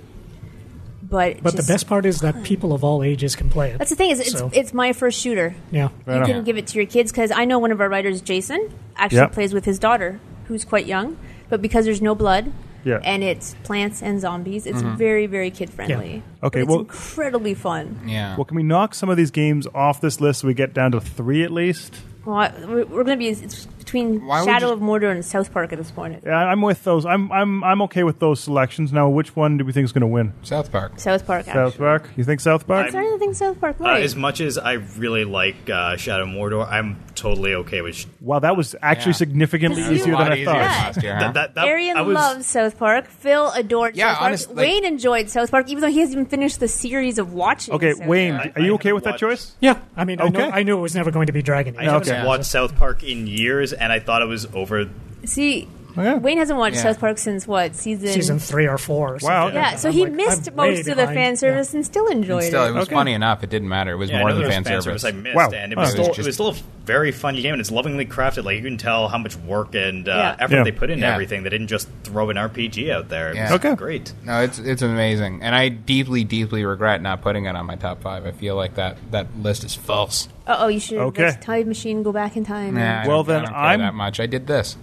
Speaker 1: But
Speaker 4: But
Speaker 1: just-
Speaker 4: the best part is that people of all ages can play it.
Speaker 1: That's the thing is it's
Speaker 4: So-
Speaker 1: it's my first shooter.
Speaker 4: yeah.
Speaker 1: you
Speaker 3: enough.
Speaker 1: can give it to your kids because I know one of our writers, Jason, actually
Speaker 3: Yep.
Speaker 1: plays with his daughter, who's quite young. But because there's no blood,
Speaker 3: Yeah.
Speaker 1: and it's plants and zombies, it's
Speaker 2: Mm-hmm.
Speaker 1: very very kid friendly.
Speaker 3: Okay,
Speaker 1: it's
Speaker 3: well-
Speaker 1: incredibly fun.
Speaker 2: Yeah.
Speaker 3: Well, can we knock some of these games off this list so we get down to three at least?
Speaker 1: Well, I- we're, we're going to be it's between
Speaker 2: Why would
Speaker 1: Shadow
Speaker 2: you-
Speaker 1: of Mordor and South Park at this point.
Speaker 3: Yeah, I'm with those. I'm I'm I'm okay with those selections. Now, which one do we think is going to win?
Speaker 2: South Park.
Speaker 1: South Park.
Speaker 3: South
Speaker 1: Actually.
Speaker 3: Park. You think South
Speaker 1: I'm
Speaker 3: Park?
Speaker 1: starting to think South Park
Speaker 6: Uh,
Speaker 1: might.
Speaker 6: as much as I really like uh, Shadow of Mordor, I'm totally okay with sh-
Speaker 3: Wow, that was actually
Speaker 2: Yeah.
Speaker 3: significantly
Speaker 1: This
Speaker 2: It was
Speaker 1: is
Speaker 3: easier
Speaker 2: a
Speaker 3: than
Speaker 2: lot
Speaker 3: I
Speaker 2: easier than
Speaker 3: thought.
Speaker 1: Yeah.
Speaker 2: last *laughs* year. huh?
Speaker 6: that, that, that,
Speaker 1: Arian
Speaker 6: I was,
Speaker 1: loves South Park. Phil adored
Speaker 2: Yeah,
Speaker 1: South Park.
Speaker 2: honest- like-
Speaker 1: Wayne enjoyed South Park, even though he hasn't even finished the series of watching.
Speaker 3: Okay,
Speaker 1: South
Speaker 3: Wayne,
Speaker 1: Park.
Speaker 3: are you
Speaker 6: I
Speaker 3: okay with that
Speaker 6: watched-
Speaker 3: choice?
Speaker 4: Yeah. I mean, I,
Speaker 3: Okay.
Speaker 4: know, I knew it was never going to be Dragon Age.
Speaker 6: I haven't
Speaker 3: Okay.
Speaker 6: watched South Park in years, and I thought it was over.
Speaker 1: See,
Speaker 3: Okay.
Speaker 1: Wayne hasn't watched
Speaker 2: Yeah.
Speaker 1: South Park since what season?
Speaker 4: Season three or four. Or
Speaker 3: Wow,
Speaker 4: something.
Speaker 1: Yeah, so
Speaker 4: I'm
Speaker 1: he
Speaker 4: like,
Speaker 1: missed
Speaker 4: I'm way
Speaker 1: most of the
Speaker 4: behind.
Speaker 1: fan service and still enjoyed
Speaker 2: Still, it
Speaker 1: it.
Speaker 2: was
Speaker 3: Okay.
Speaker 2: funny enough. It didn't matter. It was
Speaker 6: Yeah,
Speaker 2: more
Speaker 6: I know
Speaker 2: than
Speaker 6: there was
Speaker 2: fan service.
Speaker 6: I missed,
Speaker 3: Wow.
Speaker 6: and it
Speaker 3: Wow.
Speaker 6: was,
Speaker 3: It
Speaker 6: still,
Speaker 2: was
Speaker 6: it was
Speaker 2: just-
Speaker 6: still a very fun game, and it's lovingly crafted. Like you can tell how much work and uh,
Speaker 1: Yeah.
Speaker 6: effort
Speaker 3: Yeah.
Speaker 6: they put into
Speaker 2: Yeah.
Speaker 6: everything. They didn't just throw an RPG out there. It
Speaker 2: Yeah.
Speaker 6: was
Speaker 3: Okay.
Speaker 6: great.
Speaker 2: No, it's it's amazing, and I deeply, deeply regret not putting it on my top five. I feel like that that list is false.
Speaker 1: Uh oh, you should
Speaker 3: Okay.
Speaker 1: okay. time machine, go back in time.
Speaker 2: Nah, I
Speaker 3: Well,
Speaker 2: don't- I
Speaker 3: then
Speaker 2: don't care
Speaker 3: I'm-
Speaker 2: that much. I did this.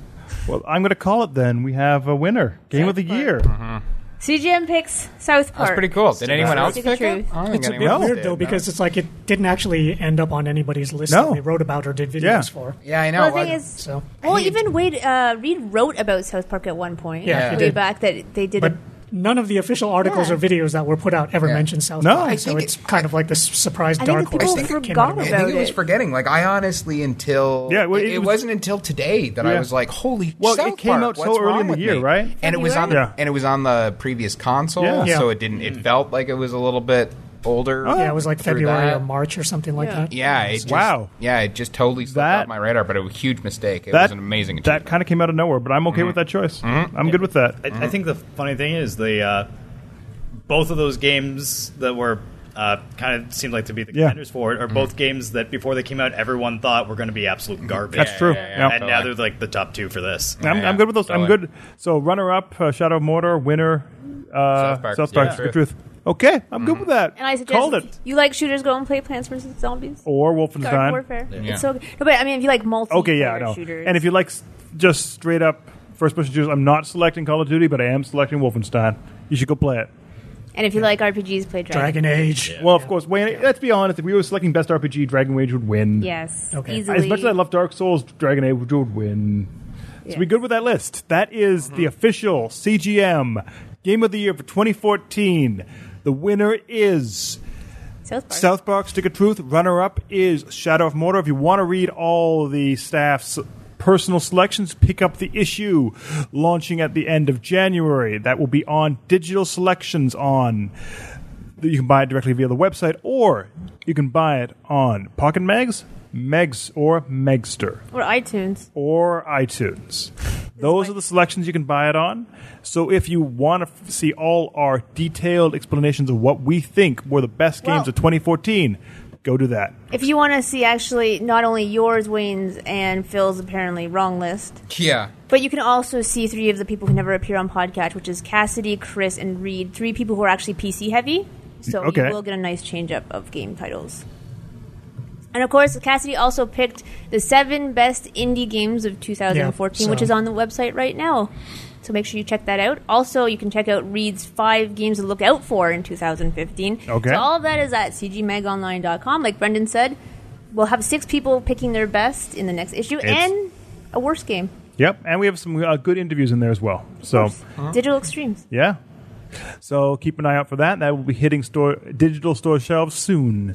Speaker 3: Well, I'm going to call it then. We have a winner. Game of the
Speaker 1: South Park.
Speaker 3: year.
Speaker 1: CGM picks South Park.
Speaker 2: That's pretty cool. Did anyone
Speaker 1: Stick
Speaker 2: else
Speaker 1: of
Speaker 2: pick it? Oh,
Speaker 1: Truth.
Speaker 2: I don't think
Speaker 4: It's a bit
Speaker 2: anyone else
Speaker 4: weird
Speaker 2: did,
Speaker 4: though
Speaker 2: no.
Speaker 4: because it's like it didn't actually end up on anybody's list
Speaker 3: No.
Speaker 4: that they wrote about or did videos
Speaker 3: Yeah.
Speaker 4: for.
Speaker 2: yeah, I know.
Speaker 1: Well, the thing
Speaker 2: I-
Speaker 1: is,
Speaker 4: So
Speaker 1: well,
Speaker 4: I hate-
Speaker 1: even Wade uh, Reed wrote about South Park at one point.
Speaker 4: Yeah, he
Speaker 1: way
Speaker 4: did.
Speaker 1: back that they did.
Speaker 4: but
Speaker 1: a,
Speaker 4: none of the official articles
Speaker 1: Yeah.
Speaker 4: or videos that were put out ever
Speaker 2: Yeah.
Speaker 4: mentioned South
Speaker 3: No. I
Speaker 4: Park. So
Speaker 2: think
Speaker 4: it's
Speaker 2: it-
Speaker 4: kind of like this surprise
Speaker 1: I think
Speaker 4: dark
Speaker 1: that
Speaker 4: horse
Speaker 1: people
Speaker 4: that came
Speaker 1: forgot
Speaker 4: out of
Speaker 2: I
Speaker 1: about
Speaker 2: think it
Speaker 1: it.
Speaker 2: was forgetting. Like I honestly until
Speaker 3: Yeah, well,
Speaker 2: it,
Speaker 3: it
Speaker 2: it
Speaker 3: was-
Speaker 2: wasn't until today that I
Speaker 3: Yeah.
Speaker 2: was like, "Holy!"
Speaker 3: Well, it
Speaker 2: South
Speaker 3: came
Speaker 2: Park,
Speaker 3: out so
Speaker 2: what's
Speaker 3: early in
Speaker 2: wrong
Speaker 3: the
Speaker 2: with
Speaker 3: year,
Speaker 2: me?
Speaker 3: right?
Speaker 2: And it was on the
Speaker 3: February? Yeah.
Speaker 2: and it was on the previous console,
Speaker 3: Yeah. Oh.
Speaker 2: so it didn't. It felt like it was a little bit older.
Speaker 4: yeah, it was like
Speaker 2: through
Speaker 4: February
Speaker 2: that.
Speaker 4: or March or something like
Speaker 1: Yeah.
Speaker 4: that.
Speaker 2: Yeah, it just,
Speaker 3: Wow.
Speaker 2: Yeah, it just totally slipped
Speaker 3: That-
Speaker 2: off my radar, but it was a huge mistake. It
Speaker 3: that
Speaker 2: was an amazing achievement.
Speaker 3: that kind of came out of nowhere, but I'm okay with that choice. I'm good with that.
Speaker 6: I, I think the funny thing is the uh, both of those games that were uh, kind of seemed like to be the
Speaker 3: Yeah. Mm-hmm.
Speaker 6: contenders for it are both games that before they came out everyone thought were going to be absolute garbage.
Speaker 3: That's true. Yeah.
Speaker 6: And now they're like the top two for this.
Speaker 3: I'm,
Speaker 2: Yeah,
Speaker 3: I'm good with those. I'm
Speaker 2: totally.
Speaker 3: good. So runner up, uh, Shadow of Mordor, winner, uh,
Speaker 2: South Park.
Speaker 3: South Park,
Speaker 2: Yeah. Mm-hmm.
Speaker 3: Secret Truth. Okay, I'm good with that.
Speaker 1: And I suggest
Speaker 3: called
Speaker 1: if
Speaker 3: it
Speaker 1: you like shooters, go and play Plants vs Zombies.
Speaker 3: or
Speaker 1: Garden
Speaker 3: Wolfenstein.
Speaker 1: Warfare.
Speaker 2: Yeah.
Speaker 1: It's so good. No, but I mean, if you like multi,
Speaker 3: Okay, yeah, I know.
Speaker 1: shooters,
Speaker 3: And if you like s- just straight up first person shooters, I'm not selecting Call of Duty, but I am selecting Wolfenstein. You should go play it.
Speaker 1: and if you like RPGs, play Dragon.
Speaker 4: Dragon Age.
Speaker 3: Well, of course, Wayne, let's be honest. If we were selecting best RPG, Dragon Age would win.
Speaker 1: Yes,
Speaker 4: Okay.
Speaker 1: easily.
Speaker 3: As much as I love Dark Souls, Dragon Age would win. So we
Speaker 1: Yes.
Speaker 3: good with that list. That is the official CGM Game of the Year for 2014. The winner is
Speaker 1: South Park.
Speaker 3: South Park Stick of Truth. Runner up is Shadow of Mordor. If you want to read all the staff's personal selections, pick up the issue launching at the end of January. That will be on digital selections on. You can buy it directly via the website, or you can buy it on Pocket Megs, Megs, or Megster
Speaker 1: or iTunes.
Speaker 3: or iTunes. Those are the selections you can buy it on. So if you want to f- see all our detailed explanations of what we think were the best games
Speaker 1: Well-
Speaker 3: of 2014, go do that.
Speaker 1: If you want to see actually not only yours, Wayne's, and Phil's apparently wrong list,
Speaker 2: yeah.
Speaker 1: but you can also see three of the people who never appear on podcast, which is Cassidy, Chris, and Reed. Three people who are actually PC heavy, so
Speaker 3: Okay.
Speaker 1: you will get a nice change up of game titles. And of course, Cassidy also picked the seven best indie games of 2014,
Speaker 4: Yeah, so-
Speaker 1: which is on the website right now. So make sure you check that out. Also, you can check out Reed's five games to look out for in 2015.
Speaker 3: Okay.
Speaker 1: So all of that is at cgmegonline.com. Like Brendan said, we'll have six people picking their best in the next issue and a worst game.
Speaker 3: Yep, and we have some uh, good interviews in there as well. So
Speaker 1: Digital Extremes.
Speaker 3: yeah, so keep an eye out for that. That will be hitting store digital store shelves soon.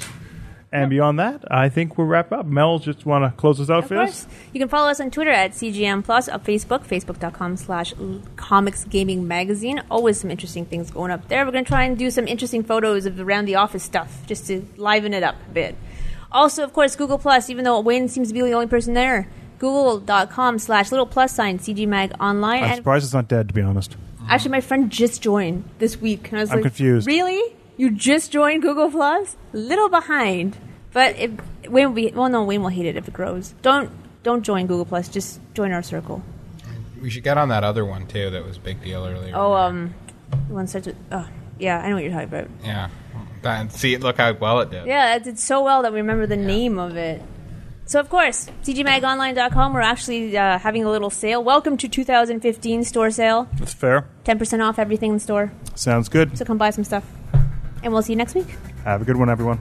Speaker 3: And beyond that, I think we'll wrap up. Mel, just want to close us out
Speaker 1: Of
Speaker 3: for
Speaker 1: course.
Speaker 3: this.
Speaker 1: You can follow us on Twitter at CGM Plus, on Facebook, facebook.com slash comics gaming magazine. Always some interesting things going up there. We're going to try and do some interesting photos of around the office stuff just to liven it up a bit. Also, of course, Google Plus, even though Wayne seems to be the only person there, google.com slash little plus sign CGMag online.
Speaker 3: I'm
Speaker 1: and
Speaker 3: surprised it's not dead, to be honest.
Speaker 1: Actually, my friend just joined this week, and I was
Speaker 3: I'm
Speaker 1: like,
Speaker 3: confused.
Speaker 1: Really? You just joined Google Plus? Little behind, but if Wayne will be well, no, Wayne will hate it if it grows. Don't don't join Google Plus. Just join our circle.
Speaker 2: We should get on that other one too. That was a big deal earlier.
Speaker 1: Oh, um, the one starts with oh, yeah, I know what you're talking about.
Speaker 2: yeah. That, see, look how well it did.
Speaker 1: Yeah, it did so well that we remember the name of it. So, of course, cgmagonline.com, we're actually uh, having a little sale. Welcome to 2015 store sale.
Speaker 3: That's fair.
Speaker 1: 10% off everything in store.
Speaker 3: Sounds good.
Speaker 1: So come buy some stuff. And we'll see you next week.
Speaker 3: Have a good one, everyone.